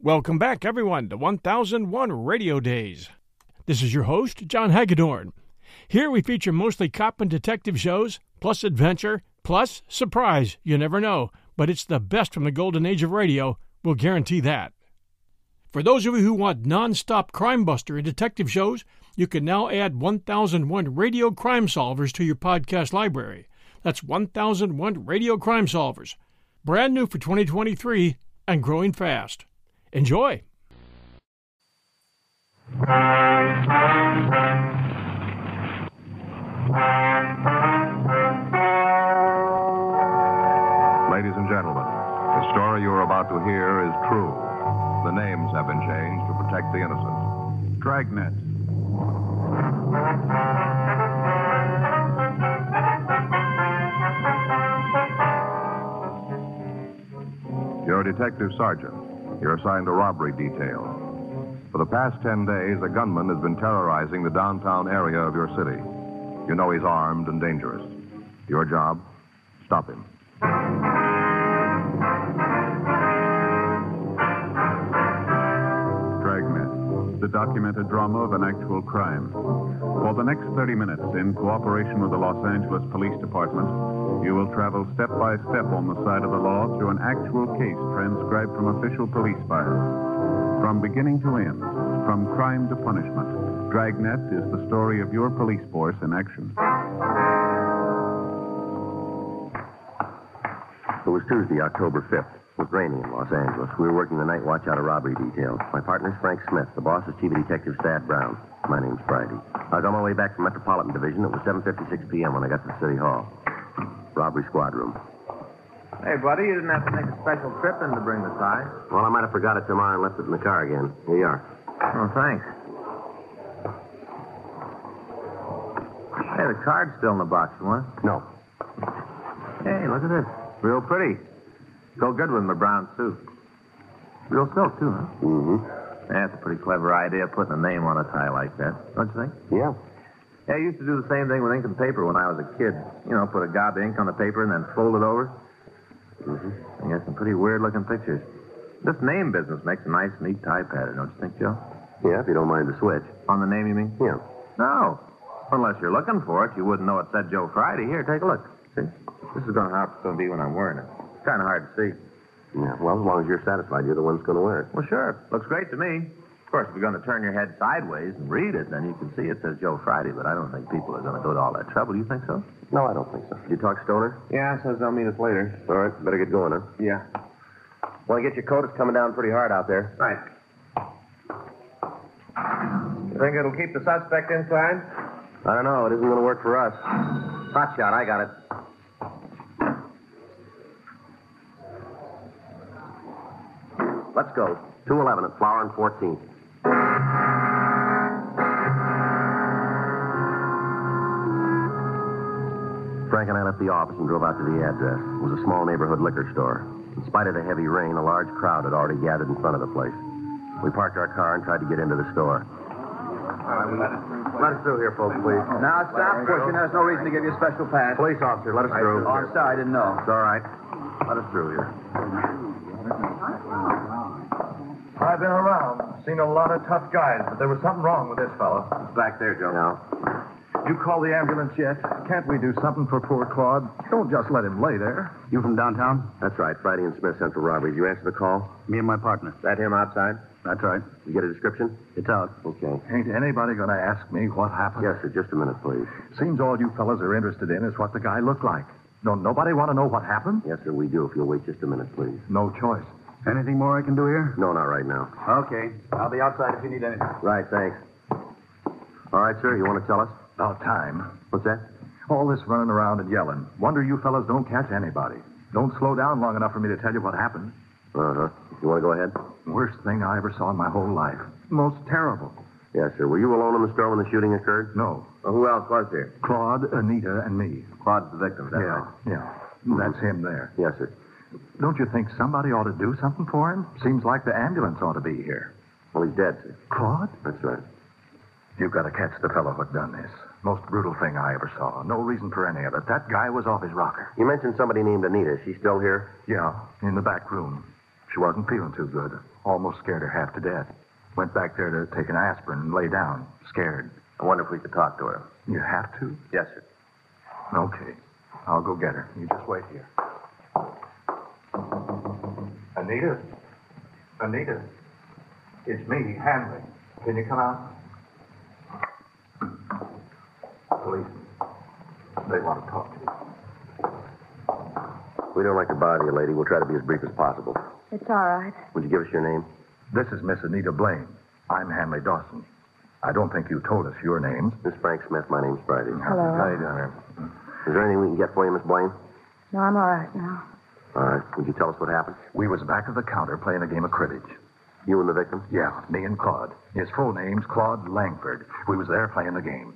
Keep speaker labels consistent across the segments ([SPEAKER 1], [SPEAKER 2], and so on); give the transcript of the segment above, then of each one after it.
[SPEAKER 1] Welcome back, everyone, to 1001 Radio Days. This is your host, John Hagedorn. Here we feature mostly cop and detective shows, plus adventure, plus surprise. You never know, but it's the best from the golden age of radio. We'll guarantee that. For those of you who want non-stop crime buster and detective shows, you can now add 1001 Radio Crime Solvers to your podcast library. That's 1001 Radio Crime Solvers. Brand new for 2023 and growing fast. Enjoy.
[SPEAKER 2] Ladies and gentlemen, the story you are about to hear is true. The names have been changed to protect the innocent.
[SPEAKER 3] Dragnet.
[SPEAKER 2] You're a detective sergeant. You're assigned a robbery detail. For the past 10 days, a gunman has been terrorizing the downtown area of your city. You know he's armed and dangerous. Your job? Stop him.
[SPEAKER 3] Dragnet, the documented drama of an actual crime. For the next 30 minutes, in cooperation with the Los Angeles Police Department, you will travel step by step on the side of the law through an actual case transcribed from official police files. From beginning to end, from crime to punishment, Dragnet is the story of your police force in action.
[SPEAKER 4] It was Tuesday, October 5th. It was raining in Los Angeles. We were working the night watch out of robbery detail. My partner's Frank Smith. The boss is Chief of Detective Thad Brown. My name's Friday. I was on my way back from Metropolitan Division. It was 7.56 p.m. when I got to the City Hall. Robbery squad room.
[SPEAKER 5] Hey, buddy, you didn't have to make a special trip in to bring the tie.
[SPEAKER 4] Well, I might have forgot it tomorrow and left it in the car again. Here you are.
[SPEAKER 5] Oh, thanks. Hey, the card's still in the box, you want? it?
[SPEAKER 4] No.
[SPEAKER 5] Hey, look at this. Real pretty. Go good with my brown suit. Real silk, too, huh?
[SPEAKER 4] Mm-hmm.
[SPEAKER 5] That's a pretty clever idea, putting a name on a tie like that. Don't you think?
[SPEAKER 4] Yeah.
[SPEAKER 5] Yeah, I used to do the same thing with ink and paper when I was a kid. You know, put a gob of ink on the paper and then fold it over. Mm-hmm. You got some pretty weird-looking pictures. This name business makes a nice, neat tie pattern, don't you think, Joe?
[SPEAKER 4] Yeah, if you don't mind the switch.
[SPEAKER 5] On the name, you mean?
[SPEAKER 4] Yeah.
[SPEAKER 5] No. Unless you're looking for it, you wouldn't know it said Joe Friday. Here, take a look. See? This is going to how it's going to be when I'm wearing it. It's kind of hard to see.
[SPEAKER 4] Yeah, well, as long as you're satisfied, you're the one that's going to wear it.
[SPEAKER 5] Well, sure. Looks great to me. Of course, if you're going to turn your head sideways and read it, then you can see it says Joe Friday, but I don't think people are going to go to all that trouble. You think so?
[SPEAKER 4] No, I don't think so. You talk stoner?
[SPEAKER 5] Yeah, says they'll meet us later.
[SPEAKER 4] All right, better get going, huh?
[SPEAKER 5] Yeah.
[SPEAKER 4] Want to get your coat? It's coming down pretty hard out there.
[SPEAKER 5] Right. You think it'll keep the suspect inside?
[SPEAKER 4] I don't know. It isn't going to work for us. Hot shot. I got it. Let's go. 211 at Flower and 14th. Frank and I left the office and drove out to the address. It was a small neighborhood liquor store. In spite of the heavy rain, a large crowd had already gathered in front of the place. We parked our car and tried to get into the store. Let us through here, folks, please.
[SPEAKER 6] Now stop pushing. There's no reason to give you a special pass.
[SPEAKER 4] Police officer, let us through.
[SPEAKER 6] Oh, I'm sorry, I didn't know.
[SPEAKER 4] It's all right. Let us through here.
[SPEAKER 7] I've been around, seen a lot of tough guys, but there was something wrong with this fellow.
[SPEAKER 4] Back there, Joe. No.
[SPEAKER 7] You call the ambulance yet? Can't we do something for poor Claude? Don't just let him lay there.
[SPEAKER 8] You from downtown?
[SPEAKER 4] That's right. Friday and Smith Central Robberies. You answer the call?
[SPEAKER 8] Me and my partner.
[SPEAKER 4] That him outside?
[SPEAKER 8] That's right.
[SPEAKER 4] You get a description?
[SPEAKER 8] It's out.
[SPEAKER 4] Okay.
[SPEAKER 7] Ain't anybody going to ask me what happened?
[SPEAKER 4] Yes, sir. Just a minute, please.
[SPEAKER 7] Seems all you fellas are interested in is what the guy looked like. Don't nobody want to know what happened?
[SPEAKER 4] Yes, sir. We do. If you'll wait just a minute, please.
[SPEAKER 7] No choice.
[SPEAKER 8] Anything more I can do here?
[SPEAKER 4] No, not right now.
[SPEAKER 8] Okay. I'll be outside if you need anything.
[SPEAKER 4] Right, thanks. All right, sir. You want to tell us?
[SPEAKER 7] About time.
[SPEAKER 4] What's that?
[SPEAKER 7] All this running around and yelling. Wonder you fellas don't catch anybody. Don't slow down long enough for me to tell you what happened.
[SPEAKER 4] Uh huh. You want to go ahead?
[SPEAKER 7] Worst thing I ever saw in my whole life. Most terrible.
[SPEAKER 4] Yes, sir. Were you alone in the store when the shooting occurred?
[SPEAKER 7] No.
[SPEAKER 5] Well, who else was there?
[SPEAKER 7] Claude, Anita, and me.
[SPEAKER 5] Claude's the victim, is that right?
[SPEAKER 7] Yeah. That's him there.
[SPEAKER 4] Yes, sir.
[SPEAKER 7] Don't you think somebody ought to do something for him? Seems like the ambulance ought to be here.
[SPEAKER 4] Well, he's dead, sir.
[SPEAKER 7] Claude?
[SPEAKER 4] That's right.
[SPEAKER 7] You've got to catch the fellow who done this. Most brutal thing I ever saw. No reason for any of it. That guy was off his rocker.
[SPEAKER 4] You mentioned somebody named Anita. She's still here?
[SPEAKER 7] Yeah, in the back room. She wasn't feeling too good. Almost scared her half to death. Went back there to take an aspirin and lay down, scared.
[SPEAKER 5] I wonder if we could talk to her.
[SPEAKER 7] You have to?
[SPEAKER 5] Yes, sir.
[SPEAKER 7] Okay. I'll go get her. You just wait here. Anita? Anita? It's me, Hanley. Can you come out? Police. They want to talk to you.
[SPEAKER 4] We don't like to bother you, lady. We'll try to be as brief as possible.
[SPEAKER 9] It's all right.
[SPEAKER 4] Would you give us your name?
[SPEAKER 7] This is Miss Anita Blaine. I'm Hanley Dawson. I don't think you told us your names.
[SPEAKER 4] Miss Frank Smith. My name's Friday.
[SPEAKER 9] Hello.
[SPEAKER 4] How you doing? Is there anything we can get for you, Miss Blaine?
[SPEAKER 9] No, I'm all right now.
[SPEAKER 4] All right. Would you tell us what happened?
[SPEAKER 7] We was back of the counter playing a game of cribbage.
[SPEAKER 4] You and the victim?
[SPEAKER 7] Yeah, me and Claude. His full name's Claude Langford. We was there playing the game.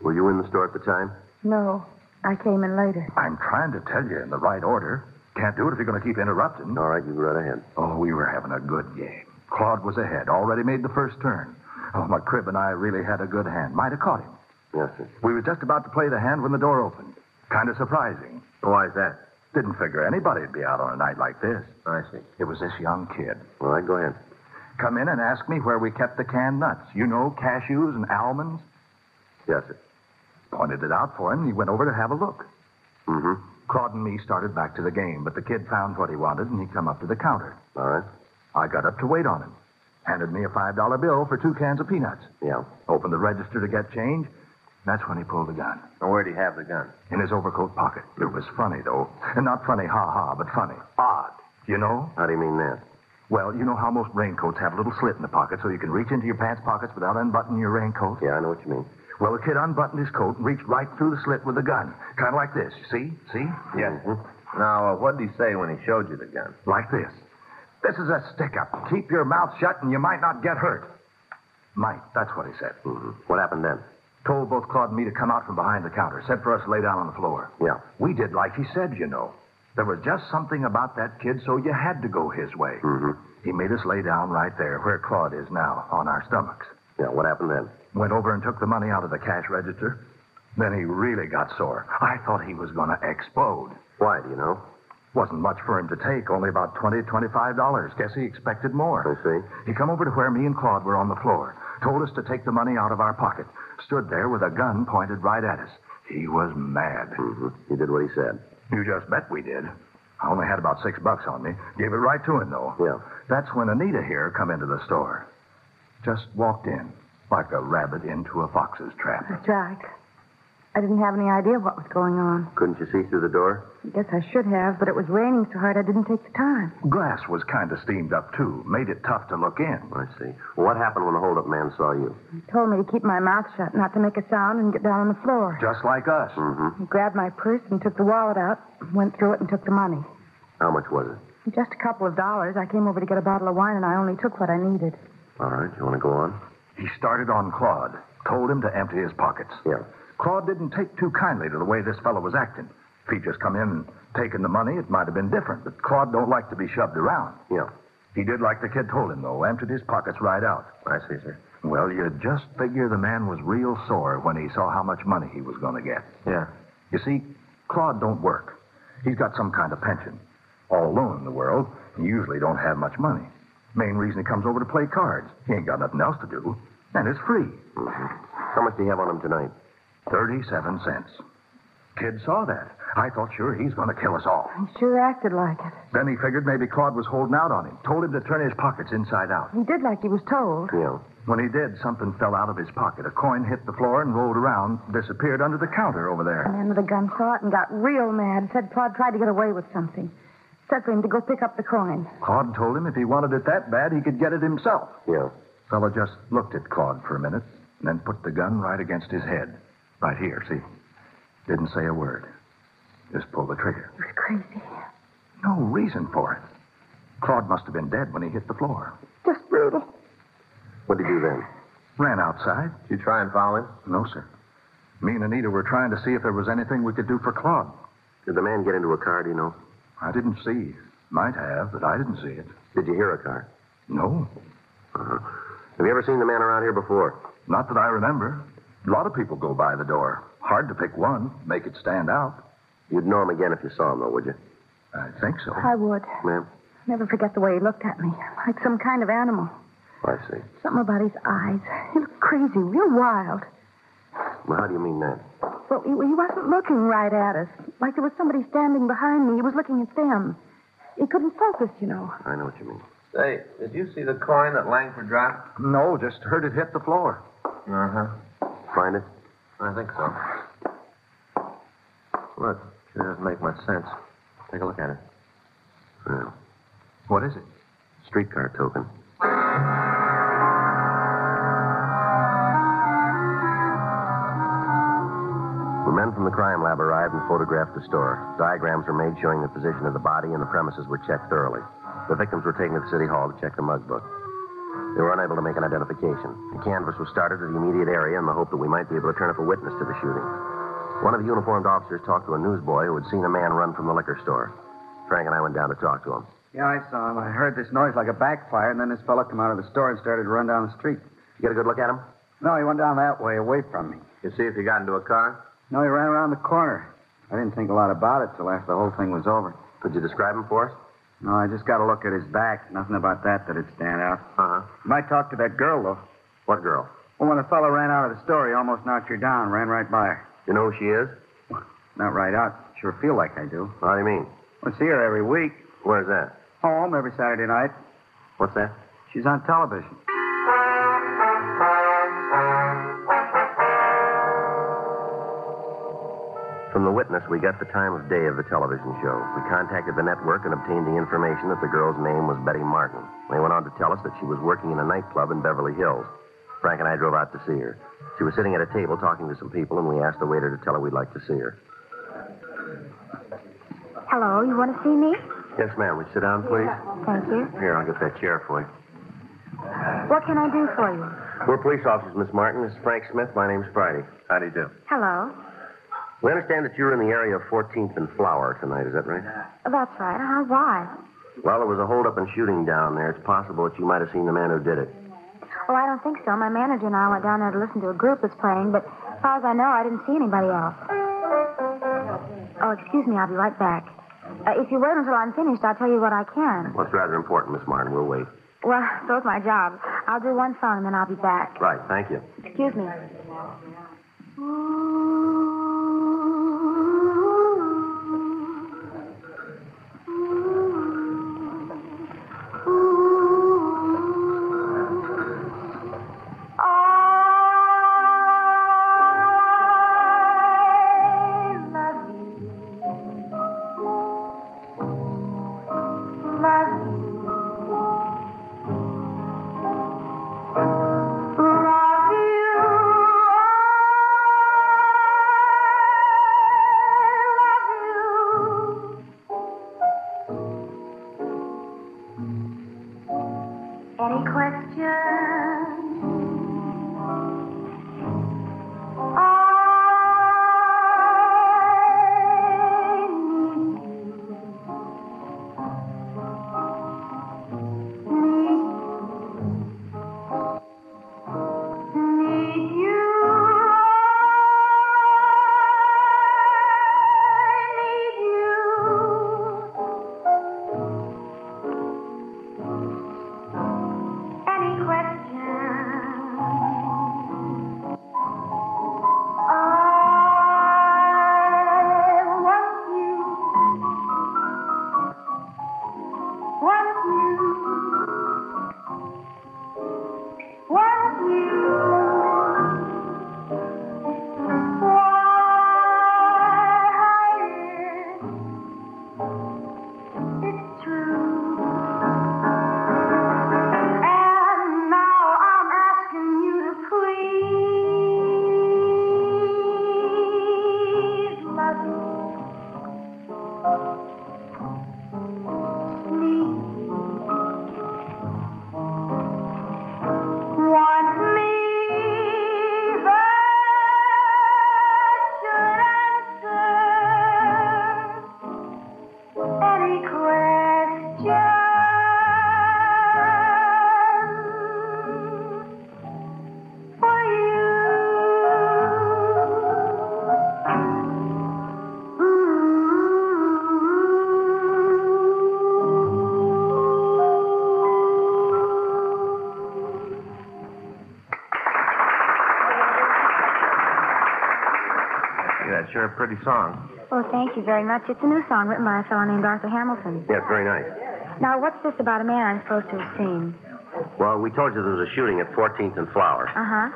[SPEAKER 4] Were you in the store at the time?
[SPEAKER 9] No, I came in later.
[SPEAKER 7] I'm trying to tell you in the right order. Can't do it if you're going to keep interrupting.
[SPEAKER 4] All right. You can go right ahead.
[SPEAKER 7] Oh, we were having a good game. Claude was ahead, already made the first turn. Oh, McCrib and I really had a good hand. Might have caught him.
[SPEAKER 4] Yes, sir.
[SPEAKER 7] We was just about to play the hand when the door opened. Kind of surprising.
[SPEAKER 4] Why is that?
[SPEAKER 7] Didn't figure anybody'd be out on a night like this.
[SPEAKER 4] I see.
[SPEAKER 7] It was this young kid.
[SPEAKER 4] All right. Go ahead.
[SPEAKER 7] Come in and ask me where we kept the canned nuts. You know, cashews and almonds.
[SPEAKER 4] Yes, sir.
[SPEAKER 7] Pointed it out for him, and he went over to have a look.
[SPEAKER 4] Mm-hmm.
[SPEAKER 7] Claude and me started back to the game, but the kid found what he wanted, and he come up to the counter.
[SPEAKER 4] All right.
[SPEAKER 7] I got up to wait on him. Handed me a $5 bill for two cans of peanuts.
[SPEAKER 4] Yeah.
[SPEAKER 7] Opened the register to get change. That's when he pulled the gun.
[SPEAKER 5] And where'd he have the gun?
[SPEAKER 7] In his overcoat pocket. It was funny, though. And not funny, ha-ha, but funny. Odd. You know?
[SPEAKER 4] How do you mean that?
[SPEAKER 7] Well, you know how most raincoats have a little slit in the pocket so you can reach into your pants pockets without unbuttoning your raincoat?
[SPEAKER 4] Yeah, I know what you mean.
[SPEAKER 7] Well, the kid unbuttoned his coat and reached right through the slit with the gun. Kind of like this. See? See?
[SPEAKER 5] Yes.
[SPEAKER 7] Mm-hmm.
[SPEAKER 5] Now, uh, what did he say when he showed you the gun?
[SPEAKER 7] Like this. This is a stick-up. Keep your mouth shut and you might not get hurt. Might. That's what he said.
[SPEAKER 4] Mm-hmm. What happened then?
[SPEAKER 7] Told both Claude and me to come out from behind the counter. Said for us to lay down on the floor.
[SPEAKER 4] Yeah.
[SPEAKER 7] We did like he said, you know. There was just something about that kid, so you had to go his way.
[SPEAKER 4] Mm-hmm.
[SPEAKER 7] He made us lay down right there where Claude is now, on our stomachs.
[SPEAKER 4] Yeah. What happened then?
[SPEAKER 7] Went over and took the money out of the cash register. Then he really got sore. I thought he was going to explode.
[SPEAKER 4] Why? Do you know?
[SPEAKER 7] Wasn't much for him to take, only about twenty, twenty-five dollars. Guess he expected
[SPEAKER 4] I
[SPEAKER 7] more.
[SPEAKER 4] see.
[SPEAKER 7] He come over to where me and Claude were on the floor, told us to take the money out of our pocket, stood there with a gun pointed right at us. He was mad.
[SPEAKER 4] Mm-hmm. You did what he said.
[SPEAKER 7] You just bet we did. I only had about six bucks on me. Gave it right to him, though.
[SPEAKER 4] Yeah.
[SPEAKER 7] That's when Anita here come into the store. Just walked in, like a rabbit into a fox's trap.
[SPEAKER 9] That's right. I didn't have any idea what was going on.
[SPEAKER 4] Couldn't you see through the door?
[SPEAKER 9] I guess I should have, but it was raining so hard I didn't take the time.
[SPEAKER 7] Glass was kind of steamed up, too. Made it tough to look in.
[SPEAKER 4] I see. Well, what happened when the holdup man saw you?
[SPEAKER 9] He told me to keep my mouth shut, not to make a sound, and get down on the floor.
[SPEAKER 7] Just like us.
[SPEAKER 4] Mm-hmm.
[SPEAKER 9] He grabbed my purse and took the wallet out, went through it and took the money.
[SPEAKER 4] How much was it?
[SPEAKER 9] Just a couple of dollars. I came over to get a bottle of wine, and I only took what I needed.
[SPEAKER 4] All right. You want to go on?
[SPEAKER 7] He started on Claude, told him to empty his pockets.
[SPEAKER 4] Yeah.
[SPEAKER 7] Claude didn't take too kindly to the way this fellow was acting. If he'd just come in and taken the money, it might have been different, but Claude don't like to be shoved around.
[SPEAKER 4] Yeah.
[SPEAKER 7] He did like the kid told him, though, emptied his pockets right out.
[SPEAKER 4] I see, sir.
[SPEAKER 7] Well, you just figure the man was real sore when he saw how much money he was going to get.
[SPEAKER 4] Yeah.
[SPEAKER 7] You see, Claude don't work. He's got some kind of pension. All alone in the world, he usually don't have much money. Main reason he comes over to play cards. He ain't got nothing else to do, and it's free.
[SPEAKER 4] How much do you have on him tonight?
[SPEAKER 7] 37 cents. Kid saw that. I thought sure he's going to kill us all.
[SPEAKER 9] He sure acted like it.
[SPEAKER 7] Then he figured maybe Claude was holding out on him, told him to turn his pockets inside out.
[SPEAKER 9] He did like he was told.
[SPEAKER 4] Yeah.
[SPEAKER 7] When he did, something fell out of his pocket. A coin hit the floor and rolled around, disappeared under the counter over
[SPEAKER 9] The
[SPEAKER 7] there.
[SPEAKER 9] man with the gun saw it and got real mad. Said Claude tried to get away with something. Said for him to go pick up the coin.
[SPEAKER 7] Claude told him if he wanted it that bad, he could get it himself.
[SPEAKER 4] Yeah.
[SPEAKER 7] Fellow just looked at Claude for a minute, and then put the gun right against his head. Right here, see? Didn't say a word. Just pulled the trigger.
[SPEAKER 9] He was crazy.
[SPEAKER 7] No reason for it. Claude must have been dead when he hit the floor.
[SPEAKER 9] Just brutal.
[SPEAKER 4] What did you do then?
[SPEAKER 7] Ran outside.
[SPEAKER 5] Did you try and follow him?
[SPEAKER 7] No, sir. Me and Anita were trying to see if there was anything we could do for Claude.
[SPEAKER 4] Did the man get into a car? Do you know?
[SPEAKER 7] I didn't see. Might have, but I didn't see it.
[SPEAKER 4] Did you hear a car? Uh-huh.
[SPEAKER 7] No,
[SPEAKER 4] Have you ever seen the man around here before?
[SPEAKER 7] Not that I remember. A lot of people go by the door. Hard to pick one, make it stand out.
[SPEAKER 4] You'd know him again if you saw him, though, would you?
[SPEAKER 7] I think so.
[SPEAKER 9] I would.
[SPEAKER 4] Ma'am?
[SPEAKER 9] Never forget the way he looked at me, like some kind of animal.
[SPEAKER 4] Oh, I see.
[SPEAKER 9] Something about his eyes. He looked crazy, real wild.
[SPEAKER 4] Well, how do you mean that?
[SPEAKER 9] Well, he, he wasn't looking right at us, like there was somebody standing behind me. He was looking at them. He couldn't focus, you know.
[SPEAKER 4] I know what you mean.
[SPEAKER 5] Say, did you see the coin that Langford dropped?
[SPEAKER 7] No, just heard it hit the floor.
[SPEAKER 5] Uh huh.
[SPEAKER 4] Find it?
[SPEAKER 5] I think so. Look, it doesn't make much sense. Take a look at it.
[SPEAKER 4] Well,
[SPEAKER 7] What is it?
[SPEAKER 4] streetcar token. The men from the crime lab arrived and photographed the store. Diagrams were made showing the position of the body, and the premises were checked thoroughly. The victims were taken to the city hall to check the mug book. They were unable to make an identification. A canvas was started to the immediate area in the hope that we might be able to turn up a witness to the shooting. One of the uniformed officers talked to a newsboy who had seen a man run from the liquor store. Frank and I went down to talk to him.
[SPEAKER 10] Yeah, I saw him. I heard this noise like a backfire, and then this fellow come out of the store and started to run down the street.
[SPEAKER 4] You get a good look at him?
[SPEAKER 10] No, he went down that way, away from me.
[SPEAKER 5] You see if you got into a car?
[SPEAKER 10] No, he ran around the corner. I didn't think a lot about it till after the whole thing was over.
[SPEAKER 4] Could you describe him for us?
[SPEAKER 10] No, I just got a look at his back. Nothing about that that'd stand out.
[SPEAKER 4] Uh huh.
[SPEAKER 10] Might talk to that girl, though.
[SPEAKER 4] What girl?
[SPEAKER 10] Well, when the fellow ran out of the store, he almost knocked her down, ran right by her.
[SPEAKER 4] You know who she is?
[SPEAKER 10] Not right out. Sure feel like I do.
[SPEAKER 4] How do you mean?
[SPEAKER 10] I see her every week.
[SPEAKER 4] Where's that?
[SPEAKER 10] Home every Saturday night.
[SPEAKER 4] What's that?
[SPEAKER 10] She's on television.
[SPEAKER 4] From the witness, we got the time of day of the television show. We contacted the network and obtained the information that the girl's name was Betty Martin. They went on to tell us that she was working in a nightclub in Beverly Hills. Frank and I drove out to see her. She was sitting at a table talking to some people, and we asked the waiter to tell her we'd like to see her.
[SPEAKER 9] Hello, you want to see me?
[SPEAKER 4] Yes, ma'am. Would you sit down, please?
[SPEAKER 9] Thank you.
[SPEAKER 4] Here, I'll get that chair for you.
[SPEAKER 9] What can I do for you?
[SPEAKER 4] We're police officers, Miss Martin. This is Frank Smith. My name's Friday. How do you do?
[SPEAKER 9] Hello.
[SPEAKER 4] We understand that you were in the area of 14th and Flower tonight. Is that right?
[SPEAKER 9] That's right. How? Why?
[SPEAKER 4] Well, there was a holdup and shooting down there. It's possible that you might have seen the man who did it.
[SPEAKER 9] Well, I don't think so. My manager and I went down there to listen to a group that's playing, but as far as I know, I didn't see anybody else. Oh, excuse me. I'll be right back. Uh, if you wait until I'm finished, I'll tell you what I can.
[SPEAKER 4] What's rather important, Miss Martin. We'll wait.
[SPEAKER 9] Well, so's my job. I'll do one song, then I'll be back.
[SPEAKER 4] Right. Thank you.
[SPEAKER 9] Excuse me. Any questions? Any questions?
[SPEAKER 4] that's sure a pretty song.
[SPEAKER 9] Oh, thank you very much. It's a new song written by a fellow named Arthur Hamilton.
[SPEAKER 4] Yeah, it's very nice.
[SPEAKER 9] Now, what's this about a man I'm supposed to have seen?
[SPEAKER 4] Well, we told you there was a shooting at 14th and Flower.
[SPEAKER 9] Uh huh.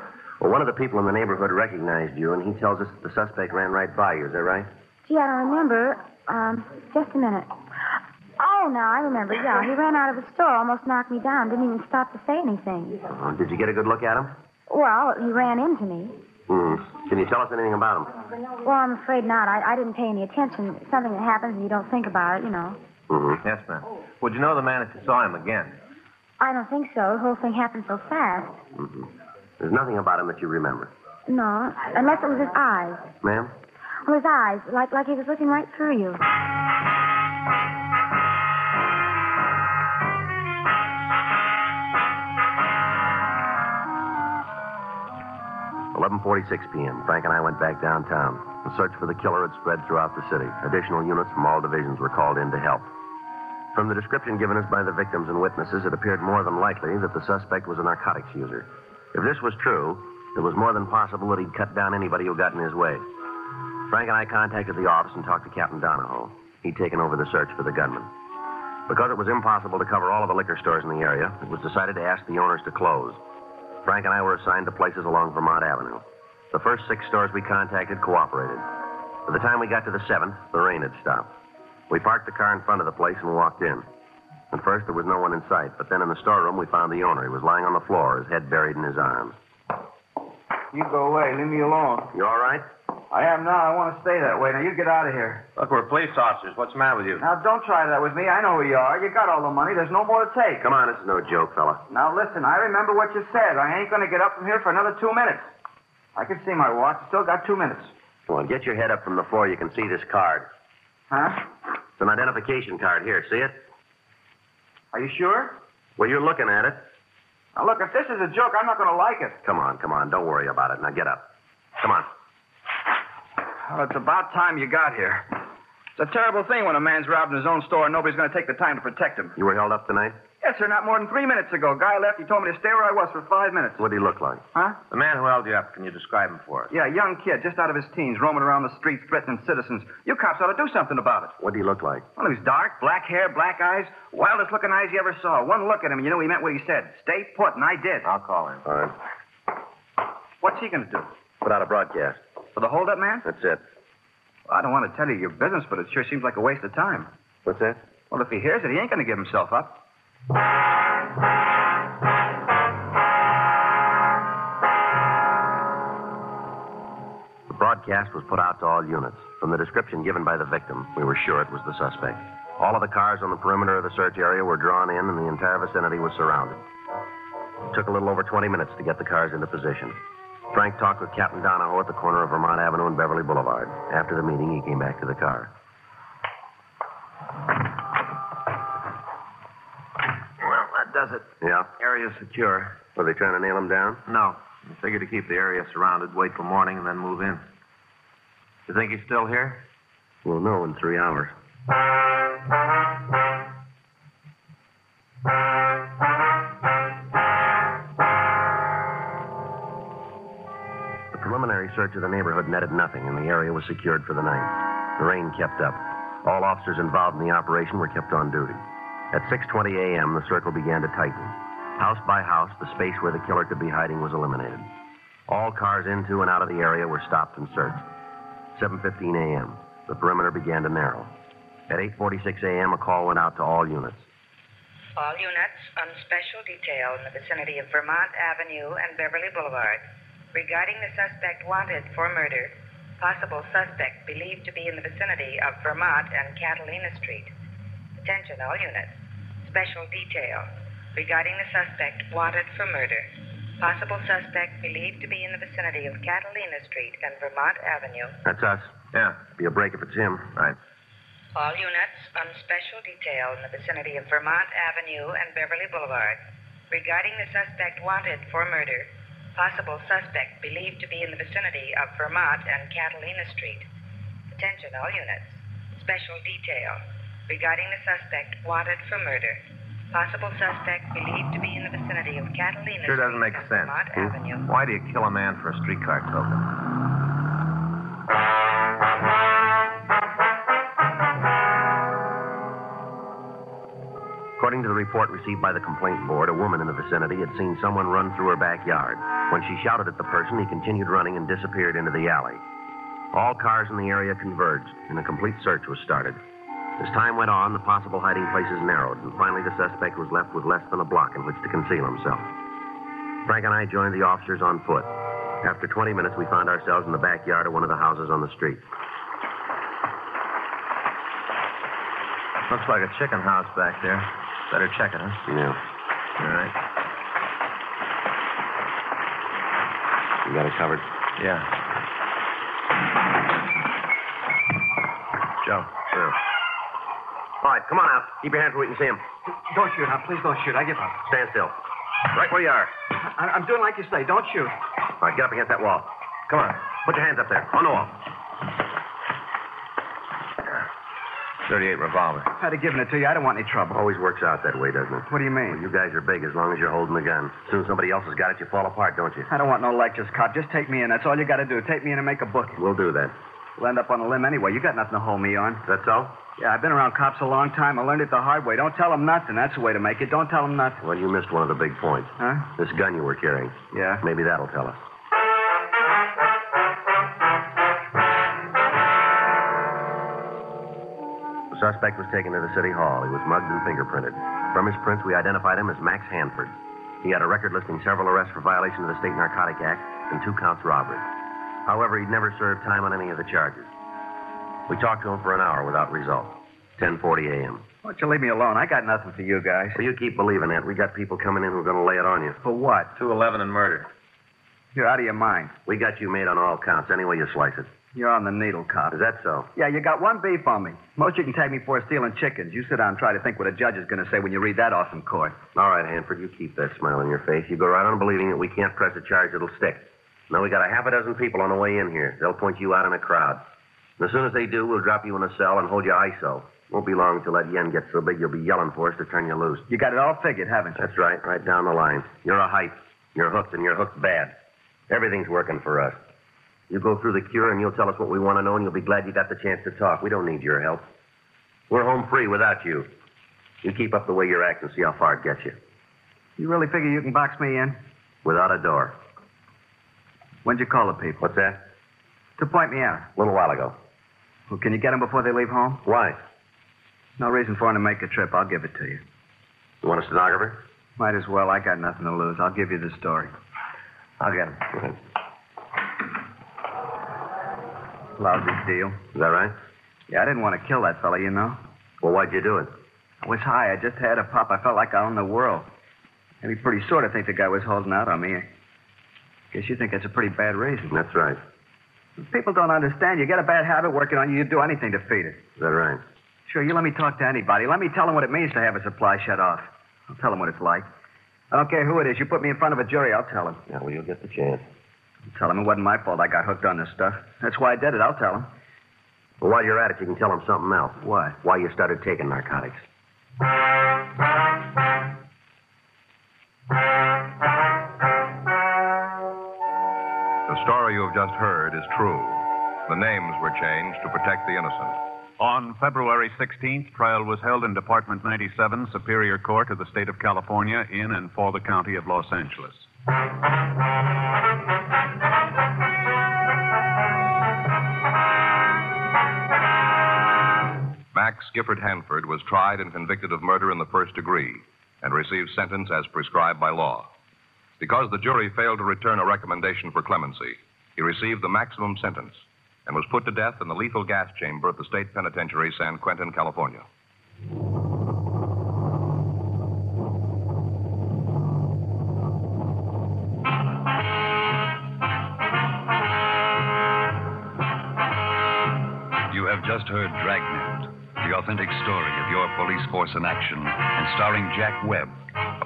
[SPEAKER 4] Well, one of the people in the neighborhood recognized you, and he tells us that the suspect ran right by you. Is that right?
[SPEAKER 9] Gee, I don't remember. Um, just a minute. Oh, now I remember. Yeah, he ran out of the store, almost knocked me down, didn't even stop to say anything.
[SPEAKER 4] Uh, did you get a good look at him?
[SPEAKER 9] Well, he ran into me.
[SPEAKER 4] Hmm. Can you tell us anything about him?
[SPEAKER 9] Well, I'm afraid not. I, I didn't pay any attention. It's Something that happens and you don't think about it, you know.
[SPEAKER 4] Mm-hmm.
[SPEAKER 5] Yes, ma'am. Would you know the man if you saw him again?
[SPEAKER 9] I don't think so. The whole thing happened so fast.
[SPEAKER 4] Mm-hmm. There's nothing about him that you remember,
[SPEAKER 9] No, unless it was his eyes.
[SPEAKER 4] ma'am.
[SPEAKER 9] Well, his eyes, like like he was looking right through you.
[SPEAKER 4] Eleven forty-six p.m. Frank and I went back downtown. The search for the killer had spread throughout the city. Additional units from all divisions were called in to help. From the description given us by the victims and witnesses, it appeared more than likely that the suspect was a narcotics user. If this was true, it was more than possible that he'd cut down anybody who got in his way. Frank and I contacted the office and talked to Captain Donahoe. He'd taken over the search for the gunman. Because it was impossible to cover all of the liquor stores in the area, it was decided to ask the owners to close. Frank and I were assigned to places along Vermont Avenue. The first six stores we contacted cooperated. By the time we got to the seventh, the rain had stopped. We parked the car in front of the place and walked in. At first, there was no one in sight, but then in the storeroom, we found the owner. He was lying on the floor, his head buried in his arms.
[SPEAKER 6] You go away. Leave me alone.
[SPEAKER 4] You all right?
[SPEAKER 6] I am not. I want to stay that way. Now, you get out of here.
[SPEAKER 5] Look, we're police officers. What's the matter with you?
[SPEAKER 6] Now, don't try that with me. I know who you are. You got all the money. There's no more to take.
[SPEAKER 4] Come on, this is no joke, fella.
[SPEAKER 6] Now, listen, I remember what you said. I ain't going to get up from here for another two minutes. I can see my watch. Still got two minutes.
[SPEAKER 4] Well, get your head up from the floor. You can see this card.
[SPEAKER 6] Huh?
[SPEAKER 4] It's an identification card here. See it?
[SPEAKER 6] Are you sure?
[SPEAKER 4] Well, you're looking at it.
[SPEAKER 6] Now, look, if this is a joke, I'm not going to like it.
[SPEAKER 4] Come on, come on. Don't worry about it. Now get up. Come on.
[SPEAKER 6] Well, it's about time you got here. It's a terrible thing when a man's robbed in his own store and nobody's going to take the time to protect him.
[SPEAKER 4] You were held up tonight?
[SPEAKER 6] Yes, sir, not more than three minutes ago. Guy left. He told me to stay where I was for five minutes.
[SPEAKER 4] What'd he look like?
[SPEAKER 6] Huh?
[SPEAKER 5] The man who held you up, can you describe him for us?
[SPEAKER 6] Yeah, a young kid, just out of his teens, roaming around the streets threatening citizens. You cops ought to do something about it.
[SPEAKER 4] What'd he look like?
[SPEAKER 6] Well, he was dark, black hair, black eyes, wildest looking eyes you ever saw. One look at him, and you knew he meant what he said. Stay put, and I did.
[SPEAKER 5] I'll call him.
[SPEAKER 4] All right.
[SPEAKER 6] What's he going to do?
[SPEAKER 4] Put out a broadcast.
[SPEAKER 6] For the holdup, man?
[SPEAKER 4] That's it.
[SPEAKER 6] I don't want to tell you your business, but it sure seems like a waste of time.
[SPEAKER 4] What's that?
[SPEAKER 6] Well, if he hears it, he ain't going to give himself up.
[SPEAKER 4] The broadcast was put out to all units. From the description given by the victim, we were sure it was the suspect. All of the cars on the perimeter of the search area were drawn in, and the entire vicinity was surrounded. It took a little over 20 minutes to get the cars into position. Frank talked with Captain Donahoe at the corner of Vermont Avenue and Beverly Boulevard. After the meeting, he came back to the car.
[SPEAKER 5] Well, that does it.
[SPEAKER 4] Yeah?
[SPEAKER 5] Area secure.
[SPEAKER 4] Were they trying to nail him down?
[SPEAKER 5] No. I figure to keep the area surrounded, wait till morning, and then move in. You think he's still here?
[SPEAKER 4] We'll know in three hours. The preliminary search of the neighborhood netted nothing, and the area was secured for the night. The rain kept up. All officers involved in the operation were kept on duty. At 6:20 a.m., the circle began to tighten. House by house, the space where the killer could be hiding was eliminated. All cars into and out of the area were stopped and searched. 7:15 a.m. The perimeter began to narrow. At 8:46 a.m., a call went out to all units.
[SPEAKER 11] All units on special detail in the vicinity of Vermont Avenue and Beverly Boulevard regarding the suspect wanted for murder. Possible suspect believed to be in the vicinity of Vermont and Catalina Street. Attention, all units. Special detail regarding the suspect wanted for murder. Possible suspect believed to be in the vicinity of Catalina Street and Vermont Avenue.
[SPEAKER 4] That's us. Yeah. Be a break if it's him. Right.
[SPEAKER 11] All units on special detail in the vicinity of Vermont Avenue and Beverly Boulevard regarding the suspect wanted for murder. Possible suspect believed to be in the vicinity of Vermont and Catalina Street. Attention, all units. Special detail regarding the suspect wanted for murder. Possible suspect believed to be in the vicinity of Catalina
[SPEAKER 5] Sure
[SPEAKER 11] Street
[SPEAKER 5] doesn't make
[SPEAKER 11] and
[SPEAKER 5] sense.
[SPEAKER 11] Vermont Avenue.
[SPEAKER 5] Why do you kill a man for a streetcar token?
[SPEAKER 4] report received by the complaint board, a woman in the vicinity had seen someone run through her backyard. When she shouted at the person, he continued running and disappeared into the alley. All cars in the area converged, and a complete search was started. As time went on, the possible hiding places narrowed, and finally the suspect was left with less than a block in which to conceal himself. Frank and I joined the officers on foot. After 20 minutes, we found ourselves in the backyard of one of the houses on the street.
[SPEAKER 5] Looks like a chicken house back there. Better check it, huh?
[SPEAKER 4] Yeah.
[SPEAKER 5] All right.
[SPEAKER 4] You got it covered?
[SPEAKER 5] Yeah.
[SPEAKER 4] Joe. Sure. All right, come on out. Keep your hands where we can see him.
[SPEAKER 10] Don't shoot now. Please don't shoot. I give up.
[SPEAKER 4] Stand still. Right where you are.
[SPEAKER 10] I- I'm doing like you say. Don't shoot.
[SPEAKER 4] All right, get up against that wall. Come on. Put your hands Oh, up there, on the wall.
[SPEAKER 5] 38 revolver.
[SPEAKER 10] I'd have given it to you. I don't want any trouble.
[SPEAKER 4] Always works out that way, doesn't it?
[SPEAKER 10] What do you mean?
[SPEAKER 4] Well, you guys are big as long as you're holding the gun. As soon as somebody else has got it, you fall apart, don't you?
[SPEAKER 10] I don't want no lectures, cop. Just take me in. That's all you got to do. Take me in and make a book.
[SPEAKER 4] We'll do that.
[SPEAKER 10] We'll end up on a limb anyway. You got nothing to hold me on.
[SPEAKER 4] That's all?
[SPEAKER 10] Yeah, I've been around cops a long time. I learned it the hard way. Don't tell them nothing. That's the way to make it. Don't tell them nothing.
[SPEAKER 4] Well, you missed one of the big points.
[SPEAKER 10] Huh?
[SPEAKER 4] This gun you were carrying.
[SPEAKER 10] Yeah.
[SPEAKER 4] Maybe that'll tell us. The suspect was taken to the city hall. He was mugged and fingerprinted. From his prints, we identified him as Max Hanford. He had a record listing several arrests for violation of the State Narcotic Act and two counts robbery. However, he'd never served time on any of the charges. We talked to him for an hour without result. 10:40 a.m.
[SPEAKER 10] Why don't you leave me alone? I got nothing for you guys.
[SPEAKER 4] Well, you keep believing that. We got people coming in who are going to lay it on you.
[SPEAKER 10] For what?
[SPEAKER 5] 211 and murder.
[SPEAKER 10] You're out of your mind.
[SPEAKER 4] We got you made on all counts, any way you slice it.
[SPEAKER 10] You're on the needle, cop.
[SPEAKER 4] Is that so?
[SPEAKER 10] Yeah, you got one beef on me. Most you can tag me for is stealing chickens. You sit down and try to think what a judge is going to say when you read that off in court.
[SPEAKER 4] All right, Hanford, you keep that smile on your face. You go right on believing that we can't press a charge that'll stick. Now we got a half a dozen people on the way in here. They'll point you out in a crowd. And as soon as they do, we'll drop you in a cell and hold you ISO. Won't be long till that yen gets so big you'll be yelling for us to turn you loose.
[SPEAKER 10] You got it all figured, haven't you?
[SPEAKER 4] That's right, right down the line. You're a hype. You're hooked, and you're hooked bad. Everything's working for us. You go through the cure, and you'll tell us what we want to know, and you'll be glad you got the chance to talk. We don't need your help. We're home free without you. You keep up the way you're acting, see how far it gets you.
[SPEAKER 10] You really figure you can box me in?
[SPEAKER 4] Without a door.
[SPEAKER 10] When'd you call the people?
[SPEAKER 4] What's that?
[SPEAKER 10] To point me out.
[SPEAKER 4] A little while ago.
[SPEAKER 10] Well, can you get them before they leave home?
[SPEAKER 4] Why?
[SPEAKER 10] No reason for 'em to make a trip. I'll give it to you.
[SPEAKER 4] You want a stenographer?
[SPEAKER 10] Might as well. I got nothing to lose. I'll give you the story.
[SPEAKER 5] I'll get him.
[SPEAKER 4] Go ahead.
[SPEAKER 10] Lousy deal.
[SPEAKER 4] Is that right?
[SPEAKER 10] Yeah, I didn't want to kill that fella, you know.
[SPEAKER 4] Well, why'd you do it?
[SPEAKER 10] I was high. I just had a pop. I felt like I owned the world. I'd be pretty sore to think the guy was holding out on me. Guess you think that's a pretty bad reason.
[SPEAKER 4] That's right.
[SPEAKER 10] People don't understand. You got a bad habit working on you, you'd do anything to feed it.
[SPEAKER 4] Is that right?
[SPEAKER 10] Sure, you let me talk to anybody. Let me tell them what it means to have a supply shut off. I'll tell them what it's like. I don't care who it is. You put me in front of a jury, I'll tell them.
[SPEAKER 4] Yeah, well, you'll get the chance.
[SPEAKER 10] Tell them it wasn't my fault I got hooked on this stuff. That's why I did it. I'll tell them.
[SPEAKER 4] Well, while you're at it, you can tell them something else.
[SPEAKER 10] What?
[SPEAKER 4] Why you started taking narcotics.
[SPEAKER 2] The story you have just heard is true. The names were changed to protect the innocent.
[SPEAKER 3] On February 16th, trial was held in Department 97, Superior Court of the State of California, in and for the County of Los Angeles.
[SPEAKER 2] Max Gifford Hanford was tried and convicted of murder in the first degree and received sentence as prescribed by law. Because the jury failed to return a recommendation for clemency, he received the maximum sentence and was put to death in the lethal gas chamber at the state penitentiary, San Quentin, California.
[SPEAKER 12] You have just heard Dragnet, the authentic story of your police force in action, and starring Jack Webb, a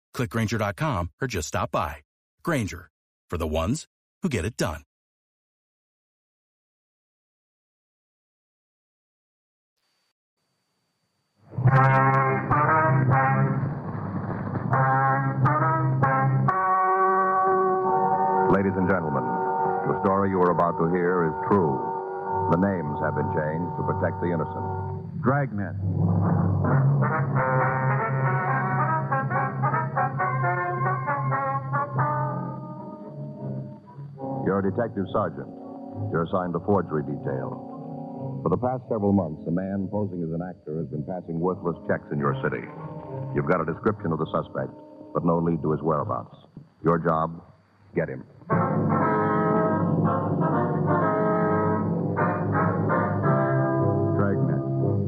[SPEAKER 13] Click Granger.com or just stop by. Granger, for the ones who get it done.
[SPEAKER 2] Ladies and gentlemen, the story you are about to hear is true. The names have been changed to protect the innocent.
[SPEAKER 3] Dragnet.
[SPEAKER 2] You're a detective sergeant. You're assigned to forgery detail. For the past several months, a man posing as an actor has been passing worthless checks in your city. You've got a description of the suspect, but no lead to his whereabouts. Your job, get him.
[SPEAKER 3] Dragnet,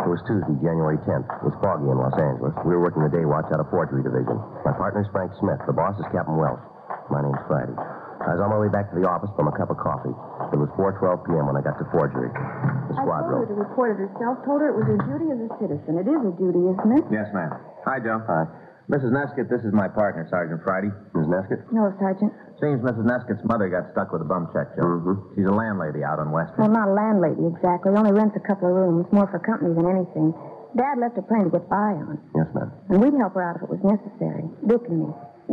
[SPEAKER 4] It was Tuesday, January 10th. It was foggy in Los Angeles. We were working the day watch out of Forgery Division. My partner's Frank Smith. The boss is Captain Welsh. My name's Friday. I was on my way back to the office from a cup of coffee. It was 4.12 p.m. when I got to Forgery. The squad
[SPEAKER 14] I told her
[SPEAKER 4] room.
[SPEAKER 14] to report it herself. Told her it was her duty as a citizen. It is a duty, isn't it?
[SPEAKER 5] Yes, ma'am. Hi, Joe. Hi. Mrs. Neskett, this is my partner, Sergeant Friday. Mrs. Neskett?
[SPEAKER 14] No, Sergeant.
[SPEAKER 5] Seems Mrs. Neskett's mother got stuck with a bum check, Joe. Mm-hmm. She's a landlady out on Western.
[SPEAKER 14] Well, not a landlady exactly. Only rents a couple of rooms, more for company than anything. Dad left her plenty to get by on,
[SPEAKER 4] Yes, ma'am.
[SPEAKER 14] and we'd help her out if it was necessary. Dick and me.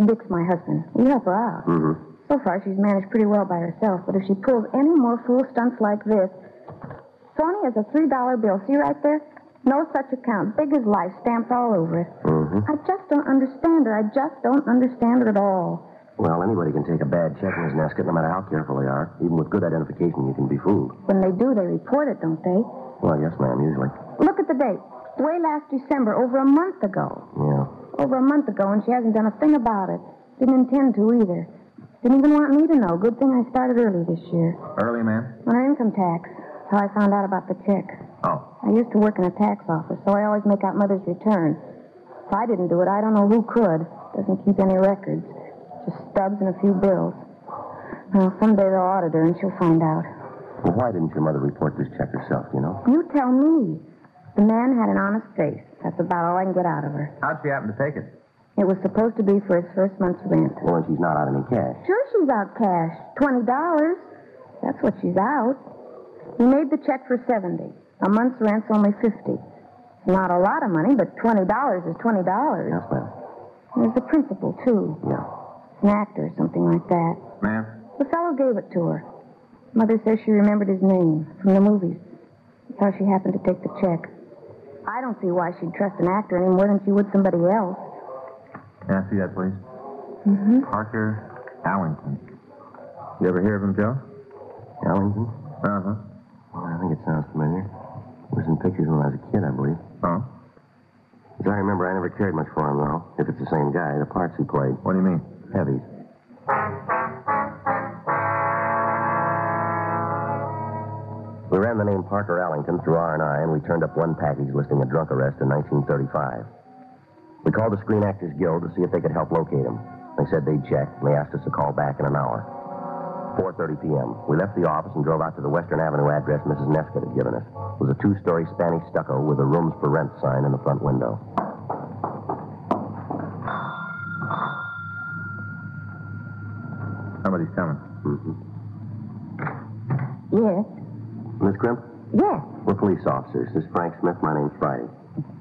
[SPEAKER 14] Dick's my husband. We help her out.
[SPEAKER 4] Mm-hmm.
[SPEAKER 14] So far, she's managed pretty well by herself, but if she pulls any more fool stunts like this. Sony has a $3 bill. See right there? No such account. Big as life, stamped all over it. I just don't understand her. I just don't understand her at all.
[SPEAKER 4] Well, anybody can take a bad check, Miss Nesket, no matter how careful they are. Even with good identification, you can be fooled.
[SPEAKER 14] When they do, they report it, don't they?
[SPEAKER 4] Well, yes, ma'am, usually.
[SPEAKER 14] Look at the date. Way last December, over a month ago.
[SPEAKER 4] Yeah.
[SPEAKER 14] Over a month ago, and she hasn't done a thing about it. Didn't intend to either. Didn't even want me to know. Good thing I started early this year.
[SPEAKER 5] Early, ma'am?
[SPEAKER 14] On her income tax. That's how I found out about the check.
[SPEAKER 5] Oh.
[SPEAKER 14] I used to work in a tax office, so I always make out mother's return. If I didn't do it, I don't know who could. Doesn't keep any records. Just stubs and a few bills. Well, someday they'll audit her and she'll find out.
[SPEAKER 4] Well, why didn't your mother report this check herself, you know?
[SPEAKER 14] You tell me. The man had an honest face. That's about all I can get out of her.
[SPEAKER 5] How'd she happen to take it?
[SPEAKER 14] It was supposed to be for his first month's rent.
[SPEAKER 4] Well, and she's not out any cash.
[SPEAKER 14] Sure, she's out cash. Twenty dollars. That's what she's out. He made the check for seventy. A month's rent's only fifty. Not a lot of money, but twenty dollars is twenty dollars.
[SPEAKER 4] Yes, ma'am.
[SPEAKER 14] There's the principal too.
[SPEAKER 4] Yeah.
[SPEAKER 14] An actor or something like that.
[SPEAKER 5] Ma'am?
[SPEAKER 14] The fellow gave it to her. Mother says she remembered his name from the movies. That's how she happened to take the check. I don't see why she'd trust an actor any more than she would somebody else.
[SPEAKER 5] Can I see that, please?
[SPEAKER 14] Mm-hmm.
[SPEAKER 5] Parker Allington. You ever hear of him, Joe?
[SPEAKER 4] Ellington?
[SPEAKER 5] Uh-huh.
[SPEAKER 4] Well, I think it sounds familiar. It was in pictures when I was a kid, I believe.
[SPEAKER 5] Oh?
[SPEAKER 4] As I remember, I never cared much for him, though. If it's the same guy, the parts he played.
[SPEAKER 5] What do you mean?
[SPEAKER 4] Heavies. We ran the name Parker Allington through R&I, and we turned up one package listing a drunk arrest in 1935. We called the Screen Actors Guild to see if they could help locate him. They said they'd check, and they asked us to call back in an hour. 4.30 p.m. We left the office and drove out to the Western Avenue address Mrs. Nescott had given us. It was a two-story Spanish stucco with a rooms for rent sign in the front window.
[SPEAKER 5] Somebody's coming.
[SPEAKER 14] Yes.
[SPEAKER 4] Miss Crimp,
[SPEAKER 14] Yes.
[SPEAKER 4] we're police officers. This is Frank Smith. My name's Friday.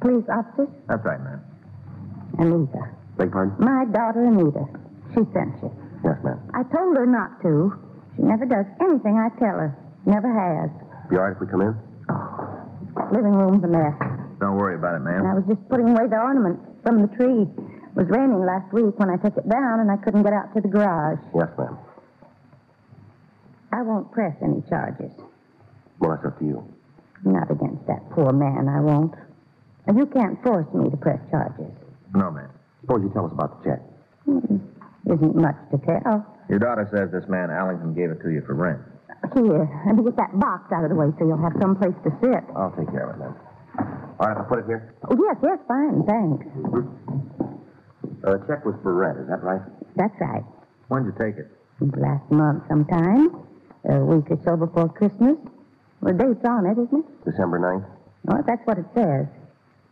[SPEAKER 14] Police officer,
[SPEAKER 5] That's right, ma'am.
[SPEAKER 14] Anita.
[SPEAKER 4] Beg pardon?
[SPEAKER 14] My daughter, Anita. She sent you.
[SPEAKER 4] Yes, ma'am.
[SPEAKER 14] I told her not to. She never does anything I tell her. Never has.
[SPEAKER 4] Be all right if we come in?
[SPEAKER 14] Living room's a mess.
[SPEAKER 5] Don't worry about it,
[SPEAKER 14] And I
[SPEAKER 5] ma'am.
[SPEAKER 14] was just putting away the ornament from the tree. It was raining last week when I took it down and I couldn't get out to the garage.
[SPEAKER 4] Yes, ma'am.
[SPEAKER 14] I won't press any charges.
[SPEAKER 4] Well, that's up to you.
[SPEAKER 14] Not against that poor man, I won't. And you can't force me to press charges.
[SPEAKER 5] No, ma'am.
[SPEAKER 4] Suppose you tell us about the check.
[SPEAKER 14] Mm, Isn't much to tell.
[SPEAKER 5] Your daughter says this man Allington gave it to you for rent.
[SPEAKER 15] Here, let me get that box out of the way so you'll have some place to sit.
[SPEAKER 4] I'll take care of it then. All right, I'll put it here.
[SPEAKER 15] Oh, yes, yes, fine, thanks.
[SPEAKER 4] Uh, the check was for rent, is that right?
[SPEAKER 15] That's right.
[SPEAKER 5] When did you take it?
[SPEAKER 15] Last month sometime, a week or so before Christmas. The date's on it, isn't it?
[SPEAKER 4] December 9th.
[SPEAKER 15] Well, that's what it says.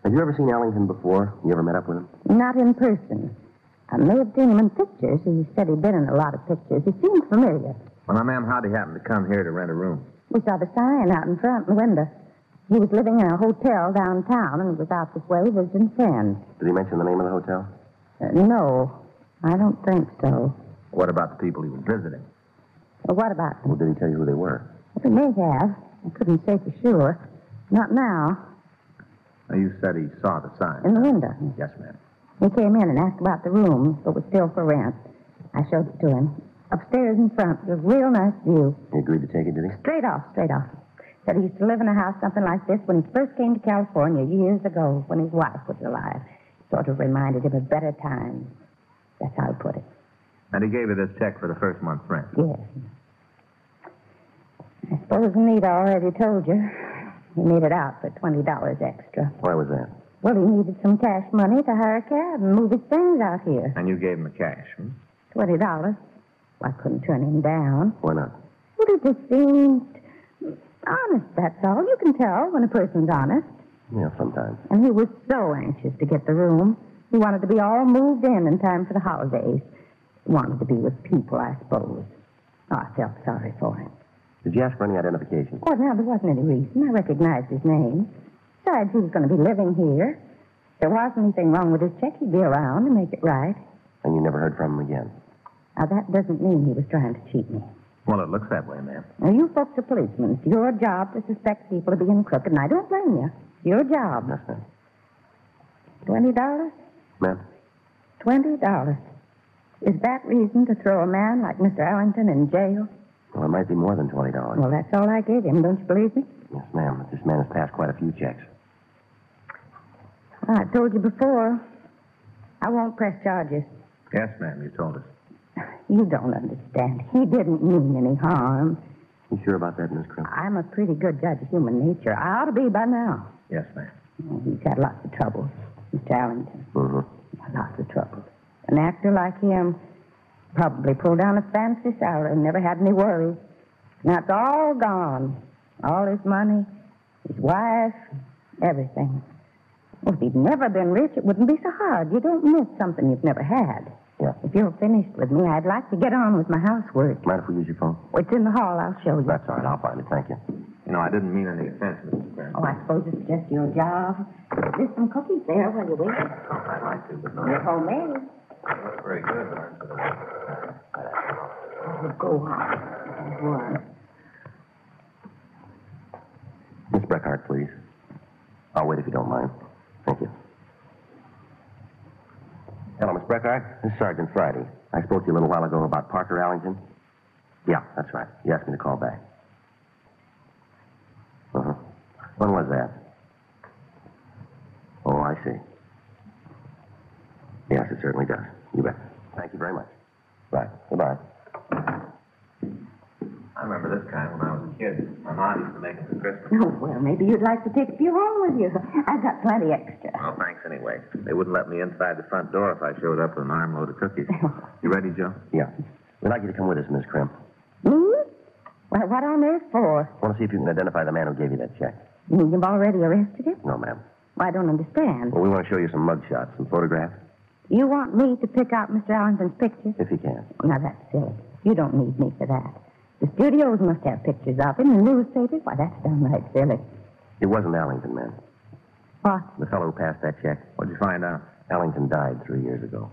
[SPEAKER 4] Have you ever seen Ellington before? You ever met up with him?
[SPEAKER 15] Not in person. I may have seen him in pictures. He said he'd been in a lot of pictures. He seemed familiar.
[SPEAKER 5] Well, now, ma'am, how'd he happen to come here to rent a room?
[SPEAKER 15] We saw the sign out in front in the window. He was living in a hotel downtown and was out this way visiting friends.
[SPEAKER 4] Did he mention the name of the hotel?
[SPEAKER 15] Uh, no, I don't think so.
[SPEAKER 5] What about the people he was visiting?
[SPEAKER 15] Well, what about?
[SPEAKER 4] Well, did he tell you who they were?
[SPEAKER 15] He may have. I couldn't say for sure. Not now.
[SPEAKER 5] Now, you said he saw the sign.
[SPEAKER 15] In the window.
[SPEAKER 5] Yes, ma'am.
[SPEAKER 15] He came in and asked about the room, but was still for rent. I showed it to him. Upstairs in front, it was a real nice view.
[SPEAKER 4] He agreed to take it, did he?
[SPEAKER 15] Straight off, straight off. Said he used to live in a house something like this when he first came to California years ago when his wife was alive. Sort of reminded him of better times. That's how he put it.
[SPEAKER 5] And he gave you this check for the first month's rent.
[SPEAKER 15] Yes. I suppose Nita already told you. He made it out for $20 extra.
[SPEAKER 4] Why was that?
[SPEAKER 15] Well, he needed some cash money to hire a cab and move his things out here.
[SPEAKER 5] And you gave him the cash. Hmm?
[SPEAKER 15] $20. Well, I couldn't turn him down.
[SPEAKER 4] Why not?
[SPEAKER 15] Well, it just seemed honest, that's all. You can tell when a person's honest.
[SPEAKER 4] Yeah, sometimes.
[SPEAKER 15] And he was so anxious to get the room. He wanted to be all moved in in time for the holidays. Wanted to be with people, I suppose. Oh, I felt sorry for him.
[SPEAKER 4] Did you ask for any identification?
[SPEAKER 15] Oh, now, there wasn't any reason. I recognized his name. Besides, he was going to be living here. If there wasn't anything wrong with his check, he'd be around to make it right.
[SPEAKER 4] And you never heard from him again?
[SPEAKER 15] Now, that doesn't mean he was trying to cheat me.
[SPEAKER 5] Well, it looks that way, ma'am.
[SPEAKER 15] Now, you folks are policemen. It's your job to suspect people of being crooked, and I don't blame you. It's your job.
[SPEAKER 4] Yes, ma'am.
[SPEAKER 15] Twenty dollars?
[SPEAKER 4] Ma'am?
[SPEAKER 15] Twenty dollars. Is that reason to throw a man like Mr. Ellington in jail?
[SPEAKER 4] Well, it might be more than twenty dollars.
[SPEAKER 15] Well, that's all I gave him. Don't you believe me?
[SPEAKER 4] Yes, ma'am. This man has passed quite a few checks.
[SPEAKER 15] I Ah, told you before. I won't press charges.
[SPEAKER 5] Yes, ma'am. You told us.
[SPEAKER 15] You don't understand. He didn't mean any harm.
[SPEAKER 4] You sure about that, Miss Krim?
[SPEAKER 15] I'm a pretty good judge of human nature. I ought to be by now.
[SPEAKER 5] Yes, ma'am.
[SPEAKER 15] Oh, he's had lots of trouble, Mr. Allington.
[SPEAKER 4] Mm-hmm.
[SPEAKER 15] Lots of trouble. An actor like him probably pulled down a fancy salary and never had any worries. Now it's all gone. All his money, his wife, everything. Well, if he'd never been rich, it wouldn't be so hard. You don't miss something you've never had.
[SPEAKER 4] Yeah.
[SPEAKER 15] If you're finished with me, I'd like to get on with my housework.
[SPEAKER 4] Mind if we use your phone?
[SPEAKER 15] Well, it's in the hall. I'll show you.
[SPEAKER 4] That's all right. I'll find it. Thank you.
[SPEAKER 5] You know, I didn't mean any offense, Mr. Graham.
[SPEAKER 15] Oh, I suppose it's just your job. There's some cookies there while you wait.
[SPEAKER 5] I'd Oh, like to, but no.
[SPEAKER 15] They're homemade.
[SPEAKER 5] Not very good, but I'm going to
[SPEAKER 15] Oh, go on. Go on.
[SPEAKER 4] Miss Breckhart, please. I'll wait if you don't mind. Thank you. Hello, Miss Breckhart. This is Sergeant Friday. I spoke to you a little while ago about Parker Allington. Yeah, that's right. You asked me to call back. Uh huh. When was that? Oh, I see. Yes, it certainly does. You bet. Thank you very much. Bye. Goodbye.
[SPEAKER 5] I remember this kind when I was a kid. My mom used to make them for Christmas.
[SPEAKER 15] Oh, well, maybe you'd like to take a few home with you. I've got plenty extra.
[SPEAKER 5] Well, thanks anyway. They wouldn't let me inside the front door if I showed up with an armload of cookies. you ready, Joe?
[SPEAKER 4] Yeah. We'd like you to come with us, Miss Krim.
[SPEAKER 15] Me? Well, what on earth for?
[SPEAKER 4] I want to see if you can identify the man who gave you that check.
[SPEAKER 15] You mean You've already arrested him?
[SPEAKER 4] No, ma'am.
[SPEAKER 15] Well, I don't understand.
[SPEAKER 4] Well, we want to show you some mug shots, some photographs.
[SPEAKER 15] You want me to pick out Mr. Allington's pictures?
[SPEAKER 4] If you can.
[SPEAKER 15] Now, that's silly. You don't need me for that. The studios must have pictures of him, and newspapers. Why, that's downright silly.
[SPEAKER 4] It wasn't Allington, ma'am.
[SPEAKER 15] What?
[SPEAKER 4] The fellow who passed that check.
[SPEAKER 5] What'd you find out?
[SPEAKER 4] Allington died three years ago.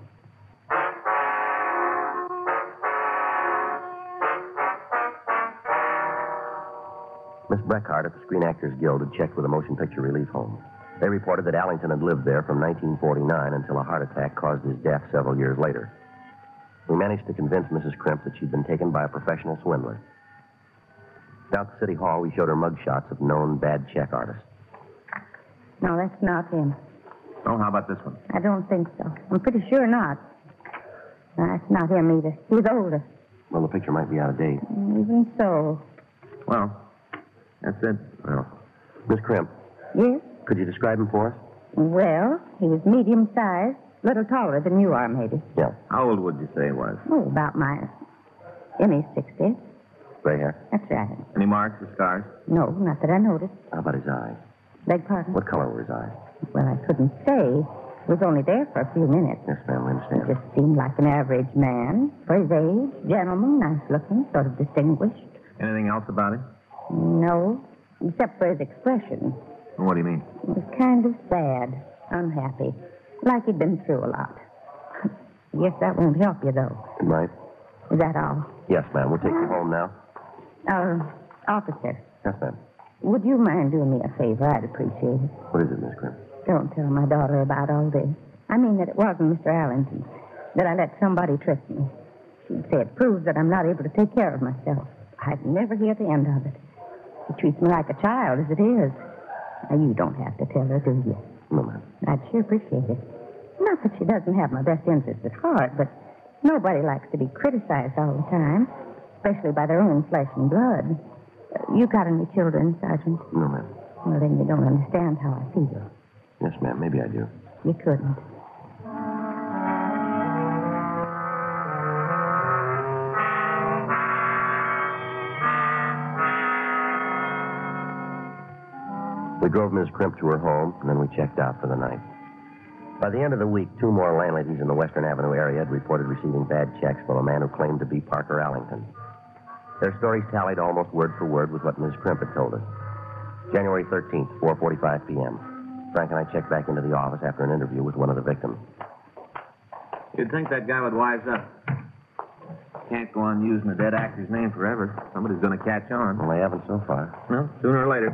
[SPEAKER 4] Miss Breckhart at the Screen Actors Guild had checked with a motion picture relief home. They reported that Allington had lived there from 1949 until a heart attack caused his death several years later. We managed to convince Mrs. Crimp that she'd been taken by a professional swindler. Down at City Hall, we showed her mug shots of known bad check artists.
[SPEAKER 15] No, that's not him.
[SPEAKER 5] Oh, how about this one?
[SPEAKER 15] I don't think so. I'm pretty sure not. No, that's not him either. He's older.
[SPEAKER 4] Well, the picture might be out of date.
[SPEAKER 15] Even so,
[SPEAKER 5] Well, that's it.
[SPEAKER 4] Well, Miss Crimp,
[SPEAKER 15] Yes?
[SPEAKER 4] could you describe him for us?
[SPEAKER 15] Well, he was medium sized, little taller than you are, maybe.
[SPEAKER 4] Yeah.
[SPEAKER 5] How old would you say he was?
[SPEAKER 15] Oh, about my. In his 60s.
[SPEAKER 4] Gray hair.
[SPEAKER 15] That's right.
[SPEAKER 5] Any marks or scars?
[SPEAKER 15] No, not that I noticed.
[SPEAKER 4] How about his eyes?
[SPEAKER 15] Beg pardon?
[SPEAKER 4] What color were his eyes?
[SPEAKER 15] Well, I couldn't say. He was only there for a few minutes.
[SPEAKER 4] Yes, ma'am, I understand.
[SPEAKER 15] He just seemed like an average man. For his age, gentleman, nice looking, sort of distinguished.
[SPEAKER 5] Anything else about him?
[SPEAKER 15] No, except for his expression.
[SPEAKER 5] What do you mean?
[SPEAKER 15] He was kind of sad, unhappy, like he'd been through a lot. Guess that won't help you, though.
[SPEAKER 4] Good night.
[SPEAKER 15] Is that all?
[SPEAKER 4] Yes, ma'am. We'll take you home now.
[SPEAKER 15] Uh, officer,
[SPEAKER 4] Yes, ma'am.
[SPEAKER 15] would you mind doing me a favor? I'd appreciate it.
[SPEAKER 4] What is it, Miss Crimp?
[SPEAKER 15] Don't tell my daughter about all this. I mean that it wasn't Mr. Allenton, that I let somebody trick me. She'd say it proves that I'm not able to take care of myself. I'd never hear the end of it. She treats me like a child as it is. Now, you don't have to tell her, do you?
[SPEAKER 4] No, ma'am.
[SPEAKER 15] I'd sure appreciate it. Not that she doesn't have my best interests at heart, but nobody likes to be criticized all the time, especially by their own flesh and blood. Uh, you got any children, Sergeant?
[SPEAKER 4] No, ma'am.
[SPEAKER 15] Well, then you don't understand how I feel.
[SPEAKER 4] Yes, ma'am. Maybe I do.
[SPEAKER 15] You couldn't.
[SPEAKER 4] We drove Miss Crimp to her home, and then we checked out for the night. By the end of the week, two more landladies in the Western Avenue area had reported receiving bad checks from a man who claimed to be Parker Allington. Their stories tallied almost word for word with what Miss Crimp had told us. January 13th, 4.45 p.m. Frank and I checked back into the office after an interview with one of the victims.
[SPEAKER 5] You'd think that guy would wise up. Can't go on using a dead actor's name forever. Somebody's going to catch on.
[SPEAKER 4] Well, they haven't so far.
[SPEAKER 5] No, sooner or later.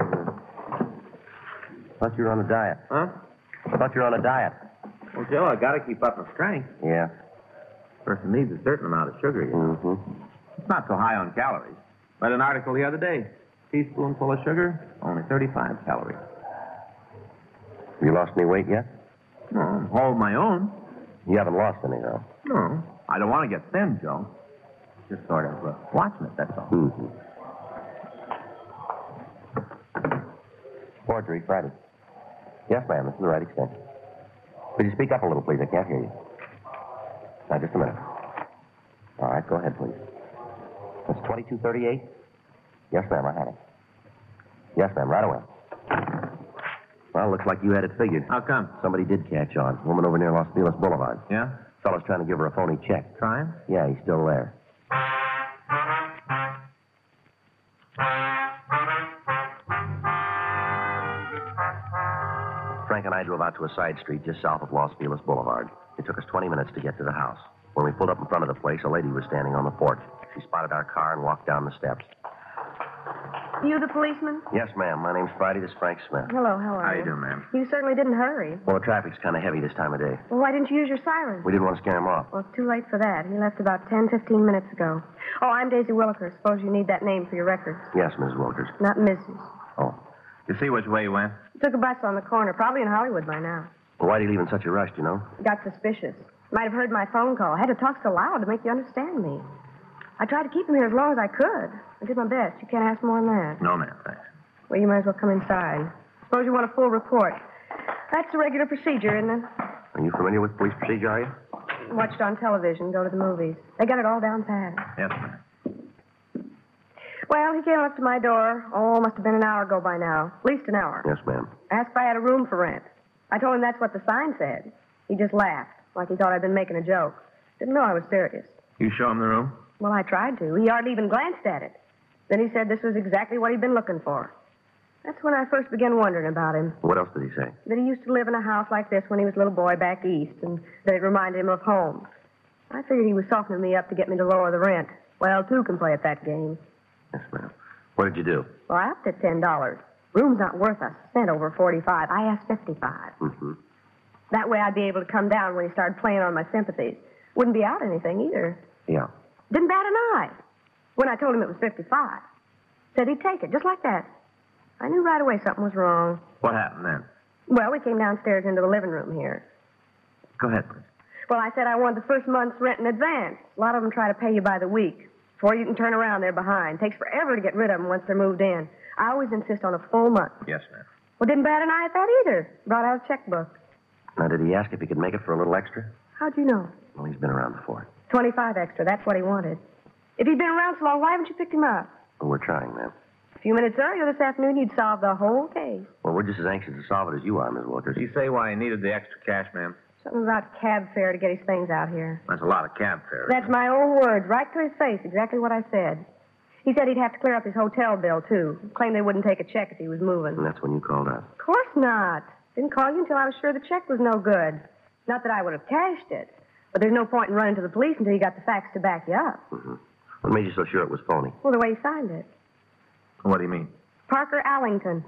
[SPEAKER 4] Thought you were on a diet.
[SPEAKER 5] Huh?
[SPEAKER 4] Thought you were on a diet.
[SPEAKER 5] Well, Joe, I got to keep up with strength.
[SPEAKER 4] Yeah.
[SPEAKER 5] Person needs a certain amount of sugar. You know.
[SPEAKER 4] Mm-hmm.
[SPEAKER 5] It's not so high on calories. Read an article the other day. Teaspoon full of sugar, only 35 calories.
[SPEAKER 4] You lost any weight yet?
[SPEAKER 5] No, I'm all of my own.
[SPEAKER 4] You haven't lost any, though.
[SPEAKER 5] No, I don't want to get thin, Joe. Just sort of uh, watching it, that's all.
[SPEAKER 4] Mm-hmm. Forgery, Friday. Yes, ma'am, this is the right extent. Could you speak up a little, please? I can't hear you. Now, just a minute. All right, go ahead, please. That's 2238? Yes, ma'am, I had it. Yes, ma'am, right away. Well, looks like you had it figured.
[SPEAKER 5] How come?
[SPEAKER 4] Somebody did catch on. Woman over near Los Feliz Boulevard.
[SPEAKER 5] Yeah?
[SPEAKER 4] Fella's trying to give her a phony check.
[SPEAKER 5] Trying?
[SPEAKER 4] Yeah, he's still there. Frank and I drove out to a side street just south of Los Feliz Boulevard. It took us 20 minutes to get to the house. When we pulled up in front of the place, a lady was standing on the porch. She spotted our car and walked down the steps.
[SPEAKER 16] You the policeman?
[SPEAKER 4] Yes, ma'am. My name's Friday. This is Frank Smith.
[SPEAKER 16] Hello, how are you?
[SPEAKER 4] ma'am?
[SPEAKER 16] You certainly didn't hurry.
[SPEAKER 4] Well, the traffic's kind of heavy this time of day.
[SPEAKER 16] Well, why didn't you use your siren?
[SPEAKER 4] We didn't want to scare him off.
[SPEAKER 16] Well, it's too late for that. He left about 10, 15 minutes ago. Oh, I'm Daisy Williker. Suppose you need that name for your records.
[SPEAKER 4] Yes, Mrs. Wilkers.
[SPEAKER 16] Not Mrs.
[SPEAKER 4] Oh.
[SPEAKER 5] You see which way you went?
[SPEAKER 16] Took a bus on the corner, probably in Hollywood by now.
[SPEAKER 4] Well, why'd he leave in such a rush, do you know?
[SPEAKER 16] Got suspicious. Might have heard my phone call. had to talk so loud to make you understand me. I tried to keep him here as long as I could. I did my best. You can't ask more than that.
[SPEAKER 5] No, ma'am, thanks.
[SPEAKER 16] Well, you might as well come inside. Suppose you want a full report. That's the regular procedure, isn't it?
[SPEAKER 4] Are you familiar with police procedure, are you?
[SPEAKER 16] Watched on television, go to the movies. They got it all down pat.
[SPEAKER 5] Yes, ma'am.
[SPEAKER 16] Well, he came up to my door. Oh, must have been an hour ago by now. At least an hour.
[SPEAKER 4] Yes, ma'am.
[SPEAKER 16] Asked if I had a room for rent. I told him that's what the sign said. He just laughed, like he thought I'd been making a joke. Didn't know I was serious.
[SPEAKER 5] You show him the room?
[SPEAKER 16] Well, I tried to. He hardly even glanced at it. Then he said this was exactly what he'd been looking for. That's when I first began wondering about him.
[SPEAKER 4] What else did he say?
[SPEAKER 16] That he used to live in a house like this when he was a little boy back east, and that it reminded him of home. I figured he was softening me up to get me to lower the rent. Well, two can play at that game.
[SPEAKER 4] Yes, ma'am. What did you do?
[SPEAKER 16] Well, I upped it ten dollars. Room's not worth a cent over forty-five. I asked fifty-five.
[SPEAKER 4] Mm-hmm.
[SPEAKER 16] That way, I'd be able to come down when he started playing on my sympathies. Wouldn't be out anything either.
[SPEAKER 4] Yeah.
[SPEAKER 16] Didn't bat an eye. When I told him it was fifty-five, said he'd take it just like that. I knew right away something was wrong.
[SPEAKER 5] What happened then?
[SPEAKER 16] Well, we came downstairs into the living room here.
[SPEAKER 5] Go ahead, please.
[SPEAKER 16] Well, I said I wanted the first month's rent in advance. A lot of them try to pay you by the week. Before you can turn around, they're behind. Takes forever to get rid of them once they're moved in. I always insist on a full month.
[SPEAKER 5] Yes, ma'am.
[SPEAKER 16] Well, didn't bat an eye at that either. Brought out a checkbook.
[SPEAKER 4] Now, did he ask if he could make it for a little extra?
[SPEAKER 16] How'd you know?
[SPEAKER 4] Well, he's been around before.
[SPEAKER 16] 25 extra. That's what he wanted. If he'd been around so long, why haven't you picked him up?
[SPEAKER 4] Well, we're trying, ma'am.
[SPEAKER 16] A few minutes earlier this afternoon, you'd solve the whole case.
[SPEAKER 4] Well, we're just as anxious to solve it as you are, Miss Walters.
[SPEAKER 5] You say why he needed the extra cash, ma'am?
[SPEAKER 16] Something about cab fare to get his things out here.
[SPEAKER 5] That's a lot of cab fare.
[SPEAKER 16] That's my own words, right to his face, exactly what I said. He said he'd have to clear up his hotel bill, too. Claimed they wouldn't take a check if he was moving.
[SPEAKER 4] And that's when you called up.
[SPEAKER 16] Of course not. Didn't call you until I was sure the check was no good. Not that I would have cashed it, but there's no point in running to the police until you got the facts to back you up.
[SPEAKER 4] Mm-hmm. What made you so sure it was phony?
[SPEAKER 16] Well, the way he signed it.
[SPEAKER 4] What do you mean?
[SPEAKER 16] Parker Allington.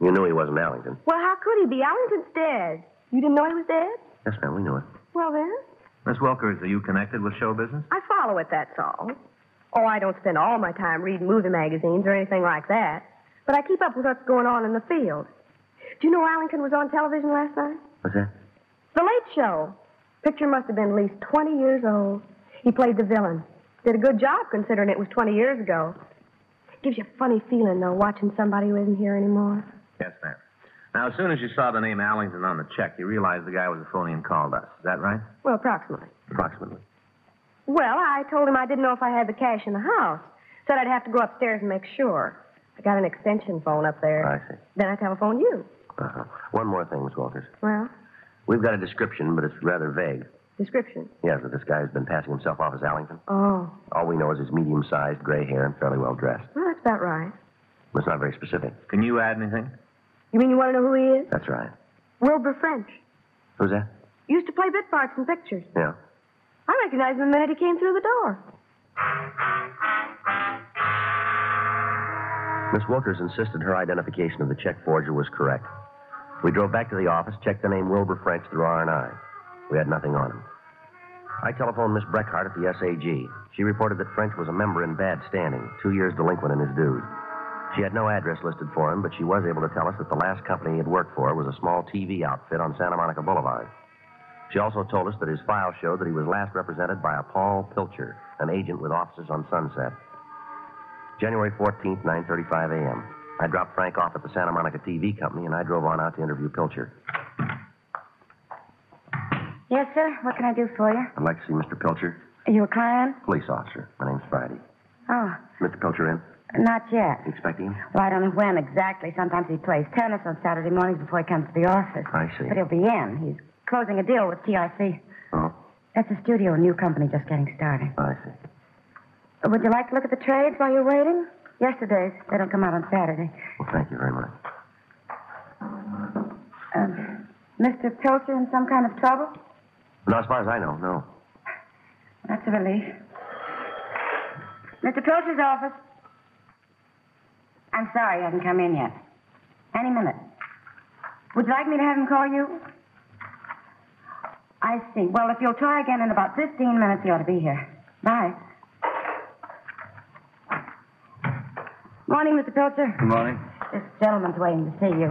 [SPEAKER 4] You knew he wasn't Allington.
[SPEAKER 16] Well, how could he be? Allington's dead. You didn't know he was dead?
[SPEAKER 4] Yes, ma'am, we knew it.
[SPEAKER 16] Well, then,
[SPEAKER 5] Miss Wilkers, are you connected with show business?
[SPEAKER 16] I follow it, that's all. Oh, I don't spend all my time reading movie magazines or anything like that, but I keep up with what's going on in the field. Do you know Allington was on television last night?
[SPEAKER 4] What's that?
[SPEAKER 16] The Late Show. Picture must have been at least 20 years old. He played the villain. Did a good job considering it was 20 years ago. Gives you a funny feeling, though, watching somebody who isn't here anymore.
[SPEAKER 5] Yes, ma'am. Now, as soon as you saw the name Allington on the check, you realized the guy was a phony and called us. Is that right?
[SPEAKER 16] Well, approximately.
[SPEAKER 5] Approximately.
[SPEAKER 16] Well, I told him I didn't know if I had the cash in the house. Said I'd have to go upstairs and make sure. I got an extension phone up there.
[SPEAKER 4] I see.
[SPEAKER 16] Then I telephoned you.
[SPEAKER 4] Uh-huh. One more thing, Miss Walters.
[SPEAKER 16] Well,
[SPEAKER 4] We've got a description, but it's rather vague.
[SPEAKER 16] description.
[SPEAKER 4] Yes, that this guy's been passing himself off as Allington.
[SPEAKER 16] Oh,
[SPEAKER 4] All we know is he's medium sized, gray hair, and fairly well dressed.
[SPEAKER 16] well, that's about right.
[SPEAKER 4] It's not very specific.
[SPEAKER 5] Can you add anything?
[SPEAKER 16] You mean you want to know who he is?
[SPEAKER 4] That's right.
[SPEAKER 16] Wilbur French.
[SPEAKER 4] Who's that?
[SPEAKER 16] Used to play bit parts in pictures.
[SPEAKER 4] Yeah.
[SPEAKER 16] I recognized him the minute he came through the door.
[SPEAKER 4] Miss Walters insisted her identification of the check forger was correct. We drove back to the office, checked the name Wilbur French through R&I. We had nothing on him. I telephoned Miss Breckhart at the SAG. She reported that French was a member in bad standing, two years delinquent in his dues. She had no address listed for him, but she was able to tell us that the last company he had worked for was a small TV outfit on Santa Monica Boulevard. She also told us that his file showed that he was last represented by a Paul Pilcher, an agent with offices on Sunset. January 14th, 9.35 a.m. I dropped Frank off at the Santa Monica TV company, and I drove on out to interview Pilcher.
[SPEAKER 17] Yes, sir. What can I do for you?
[SPEAKER 4] I'd like to see Mr. Pilcher.
[SPEAKER 17] Are you a client?
[SPEAKER 4] Police officer. My name's Friday.
[SPEAKER 17] Oh,
[SPEAKER 4] Mr. Pilcher in?
[SPEAKER 17] not yet.
[SPEAKER 4] You expecting him?
[SPEAKER 17] Well, I don't know when exactly. Sometimes he plays tennis on Saturday mornings before he comes to the office.
[SPEAKER 4] I see.
[SPEAKER 17] But he'll be in. He's closing a deal with TRC.
[SPEAKER 4] Oh.
[SPEAKER 17] That's a studio, a new company just getting started.
[SPEAKER 4] I see.
[SPEAKER 17] Would you like to look at the trades while you're waiting? Yesterday's. They don't come out on Saturday.
[SPEAKER 4] Well, thank you very much.
[SPEAKER 17] Um, Mr. Pilcher in some kind of trouble?
[SPEAKER 4] No, as far as I know, no.
[SPEAKER 17] That's a relief. Mr. Pilcher's office. I'm sorry he hasn't come in yet. Any minute. Would you like me to have him call you? I see. Well, if you'll try again in about 15 minutes, he ought to be here. Bye. Morning, Mr. Pilcher.
[SPEAKER 18] Good morning. Hmm?
[SPEAKER 17] This gentleman's waiting to see you.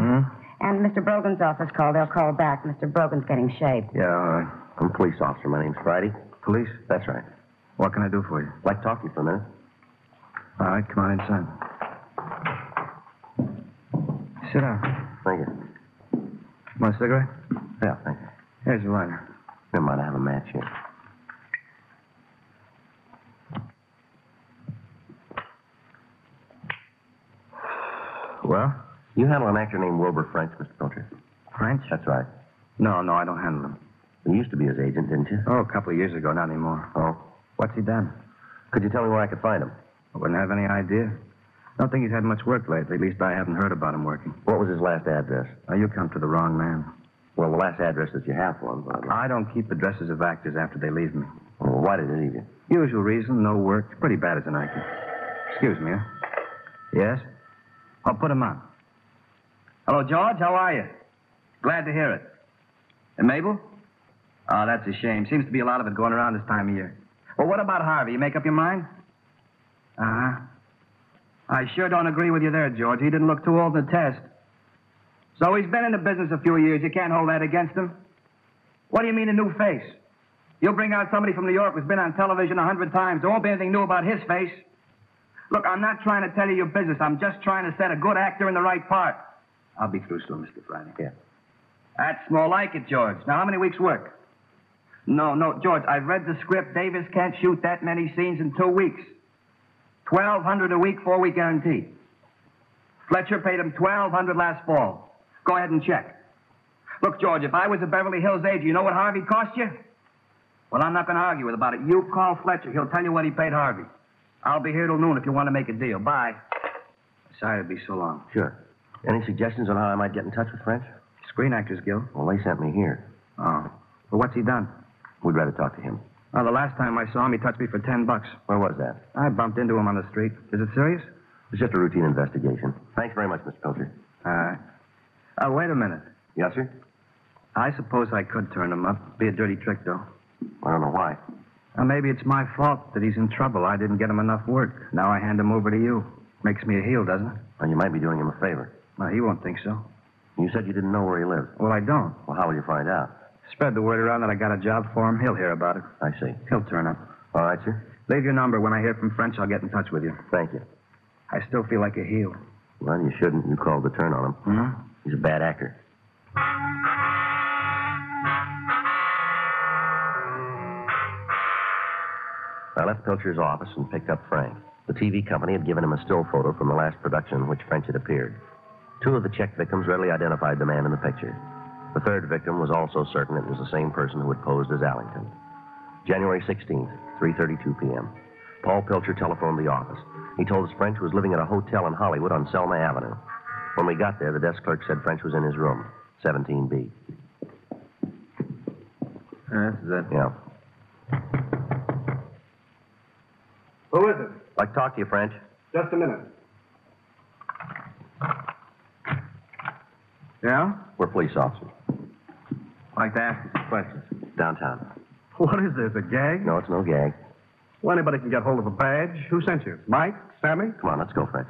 [SPEAKER 17] And Mr. Brogan's office called. They'll call back. Mr. Brogan's getting shaved.
[SPEAKER 4] Yeah, all right. I'm a police officer. My name's Friday. Police? That's right. What can I do for you? I'd like to talk to you for a minute.
[SPEAKER 18] All right, come on inside. Sit down.
[SPEAKER 4] Thank you.
[SPEAKER 18] Want a cigarette?
[SPEAKER 4] Yeah, thank you.
[SPEAKER 18] Here's your lighter.
[SPEAKER 4] Never mind, I have a match here. Well? You handle an actor named Wilbur French, Mr. Pilcher.
[SPEAKER 18] French?
[SPEAKER 4] That's right.
[SPEAKER 18] No, no, I don't handle them.
[SPEAKER 4] You used to be his agent, didn't you?
[SPEAKER 18] Oh, a couple of years ago, not anymore.
[SPEAKER 4] Oh.
[SPEAKER 18] What's he done?
[SPEAKER 4] Could you tell me where I could find him?
[SPEAKER 18] I wouldn't have any idea. Don't think he's had much work lately. At least I haven't heard about him working.
[SPEAKER 4] What was his last address?
[SPEAKER 18] Oh, you come to the wrong man.
[SPEAKER 4] Well, the last address that you have for him. But...
[SPEAKER 18] I don't keep addresses of actors after they leave me.
[SPEAKER 4] Well, why did it leave you?
[SPEAKER 18] Usual reason, no work. It's pretty bad as an actor. Excuse me, huh? Yes? I'll put him on. Hello, George. How are you? Glad to hear it. And Mabel? Oh, that's a shame. Seems to be a lot of it going around this time of year. Well, what about Harvey? You make up your mind? Uh huh. I sure don't agree with you there, George. He didn't look too old to test. So he's been in the business a few years. You can't hold that against him. What do you mean, a new face? You'll bring out somebody from New York who's been on television a hundred times. There won't be anything new about his face. Look, I'm not trying to tell you your business. I'm just trying to set a good actor in the right part. I'll be through soon, Mr. Friday. Yeah. That's more like it, George. Now, how many weeks' work? No, no, George, I've read the script. Davis can't shoot that many scenes in two weeks. 1200 a week, four week guarantee. Fletcher paid him 1200 last fall. Go ahead and check. Look, George, if I was a Beverly Hills agent, you know what Harvey cost you? Well, I'm not going to argue with about it. You call Fletcher. He'll tell you what he paid Harvey. I'll be here till noon if you want to make a deal. Bye. Sorry to be so long.
[SPEAKER 4] Sure. Any suggestions on how I might get in touch with French?
[SPEAKER 18] Screen Actors Guild.
[SPEAKER 4] Well, they sent me here.
[SPEAKER 18] Oh. Well, what's he done?
[SPEAKER 4] We'd rather talk to him.
[SPEAKER 18] Well, the last time I saw him, he touched me for ten bucks.
[SPEAKER 4] Where was that?
[SPEAKER 18] I bumped into him on the street. Is it serious?
[SPEAKER 4] It's just a routine investigation. Thanks very much, Mr. Pilcher.
[SPEAKER 18] All right. Oh, wait a minute.
[SPEAKER 4] Yes, sir?
[SPEAKER 18] I suppose I could turn him up. Be a dirty trick, though.
[SPEAKER 4] I don't know why.
[SPEAKER 18] Uh, maybe it's my fault that he's in trouble. I didn't get him enough work. Now I hand him over to you. Makes me a heel, doesn't it?
[SPEAKER 4] Well, you might be doing him a favor.
[SPEAKER 18] Well, he won't think so.
[SPEAKER 4] You said you didn't know where he lives.
[SPEAKER 18] Well, I don't.
[SPEAKER 4] Well, how will you find out?
[SPEAKER 18] Spread the word around that I got a job for him. He'll hear about it.
[SPEAKER 4] I see.
[SPEAKER 18] He'll turn up.
[SPEAKER 4] All right, sir.
[SPEAKER 18] Leave your number. When I hear from French, I'll get in touch with you.
[SPEAKER 4] Thank you.
[SPEAKER 18] I still feel like a heel.
[SPEAKER 4] Well, you shouldn't. You called the turn on him.
[SPEAKER 18] Hmm?
[SPEAKER 4] He's a bad actor. I left Pilcher's office and picked up Frank. The TV company had given him a still photo from the last production in which French had appeared. Two of the check victims readily identified the man in the picture. The third victim was also certain it was the same person who had posed as Allington. January 16th, 3:32 p.m. Paul Pilcher telephoned the office. He told us French was living at a hotel in Hollywood on Selma Avenue. When we got there, the desk clerk said French was in his room, 17B.
[SPEAKER 5] That's it.
[SPEAKER 4] Yeah.
[SPEAKER 19] Who is it?
[SPEAKER 4] I'd like to talk to you, French.
[SPEAKER 19] Just a minute.
[SPEAKER 18] Yeah?
[SPEAKER 4] We're police officers.
[SPEAKER 5] Like to ask you some questions.
[SPEAKER 4] Downtown.
[SPEAKER 19] What is this, a gag?
[SPEAKER 4] No, it's no gag.
[SPEAKER 19] Well, anybody can get hold of a badge. Who sent you? Mike? Sammy?
[SPEAKER 4] Come on, let's go, French.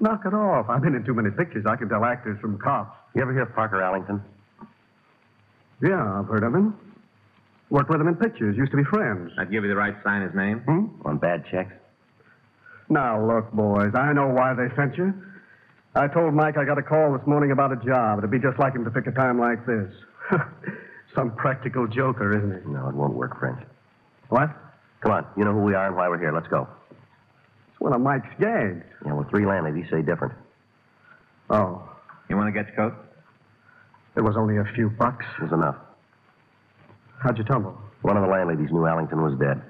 [SPEAKER 19] Knock it off. I've been in too many pictures. I can tell actors from cops.
[SPEAKER 4] You ever hear of Parker Allington?
[SPEAKER 19] Yeah, I've heard of him. Worked with him in pictures. Used to be friends.
[SPEAKER 5] I'd give you the right sign, his name.
[SPEAKER 19] Hmm?
[SPEAKER 4] On bad checks?
[SPEAKER 19] Now, look, boys, I know why they sent you. I told Mike I got a call this morning about a job. It'd be just like him to pick a time like this. Some practical joker, isn't he?
[SPEAKER 4] No, it won't work, French.
[SPEAKER 19] What?
[SPEAKER 4] Come on, you know who we are and why we're here. Let's go.
[SPEAKER 19] It's one of Mike's gags.
[SPEAKER 4] Yeah, well, three landladies say different.
[SPEAKER 19] Oh,
[SPEAKER 5] You want to get your coat?
[SPEAKER 19] it was only a few bucks.
[SPEAKER 4] It was enough.
[SPEAKER 19] How'd you tumble?
[SPEAKER 4] One of the landladies knew Allington was dead.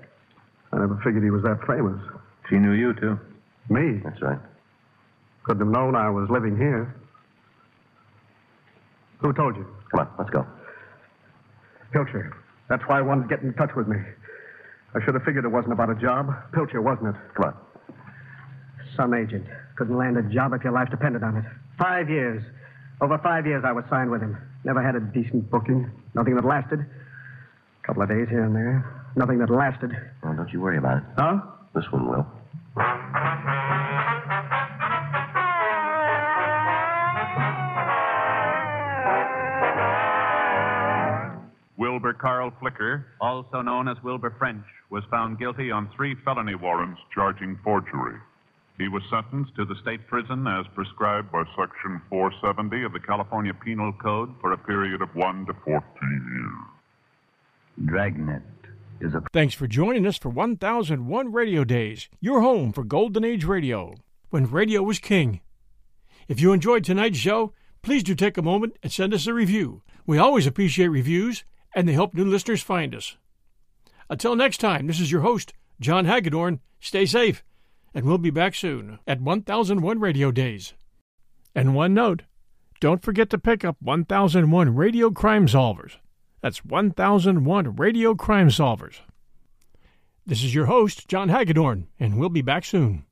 [SPEAKER 19] I never figured he was that famous.
[SPEAKER 5] She knew you, too.
[SPEAKER 19] Me?
[SPEAKER 4] That's right.
[SPEAKER 19] Couldn't have known I was living here. Who told you?
[SPEAKER 4] Come on, let's go.
[SPEAKER 19] Pilcher. That's why I wanted to get in touch with me. I should have figured it wasn't about a job. Pilcher, wasn't it?
[SPEAKER 4] Come on.
[SPEAKER 19] Some agent. Couldn't land a job if your life depended on it. Five years. Over five years I was signed with him. Never had a decent booking. Nothing that lasted. A couple of days here and there. Nothing that lasted.
[SPEAKER 4] Well, don't you worry about it.
[SPEAKER 19] Huh?
[SPEAKER 4] This one will.
[SPEAKER 20] Wilbur Carl Flicker, also known as Wilbur French, was found guilty on three felony warrants charging forgery. He was sentenced to the state prison as prescribed by Section 470 of the California Penal Code for a period of 1 to 14 years.
[SPEAKER 1] Dragnet is a. Thanks for joining us for 1001 Radio Days, your home for Golden Age Radio, when radio was king. If you enjoyed tonight's show, please do take a moment and send us a review. We always appreciate reviews, and they help new listeners find us. Until next time, this is your host, John Hagedorn. Stay safe, and we'll be back soon at 1001 Radio Days. And one note don't forget to pick up 1001 Radio Crime Solvers. That's 1001 Radio Crime Solvers. This is your host, John Hagedorn, and we'll be back soon.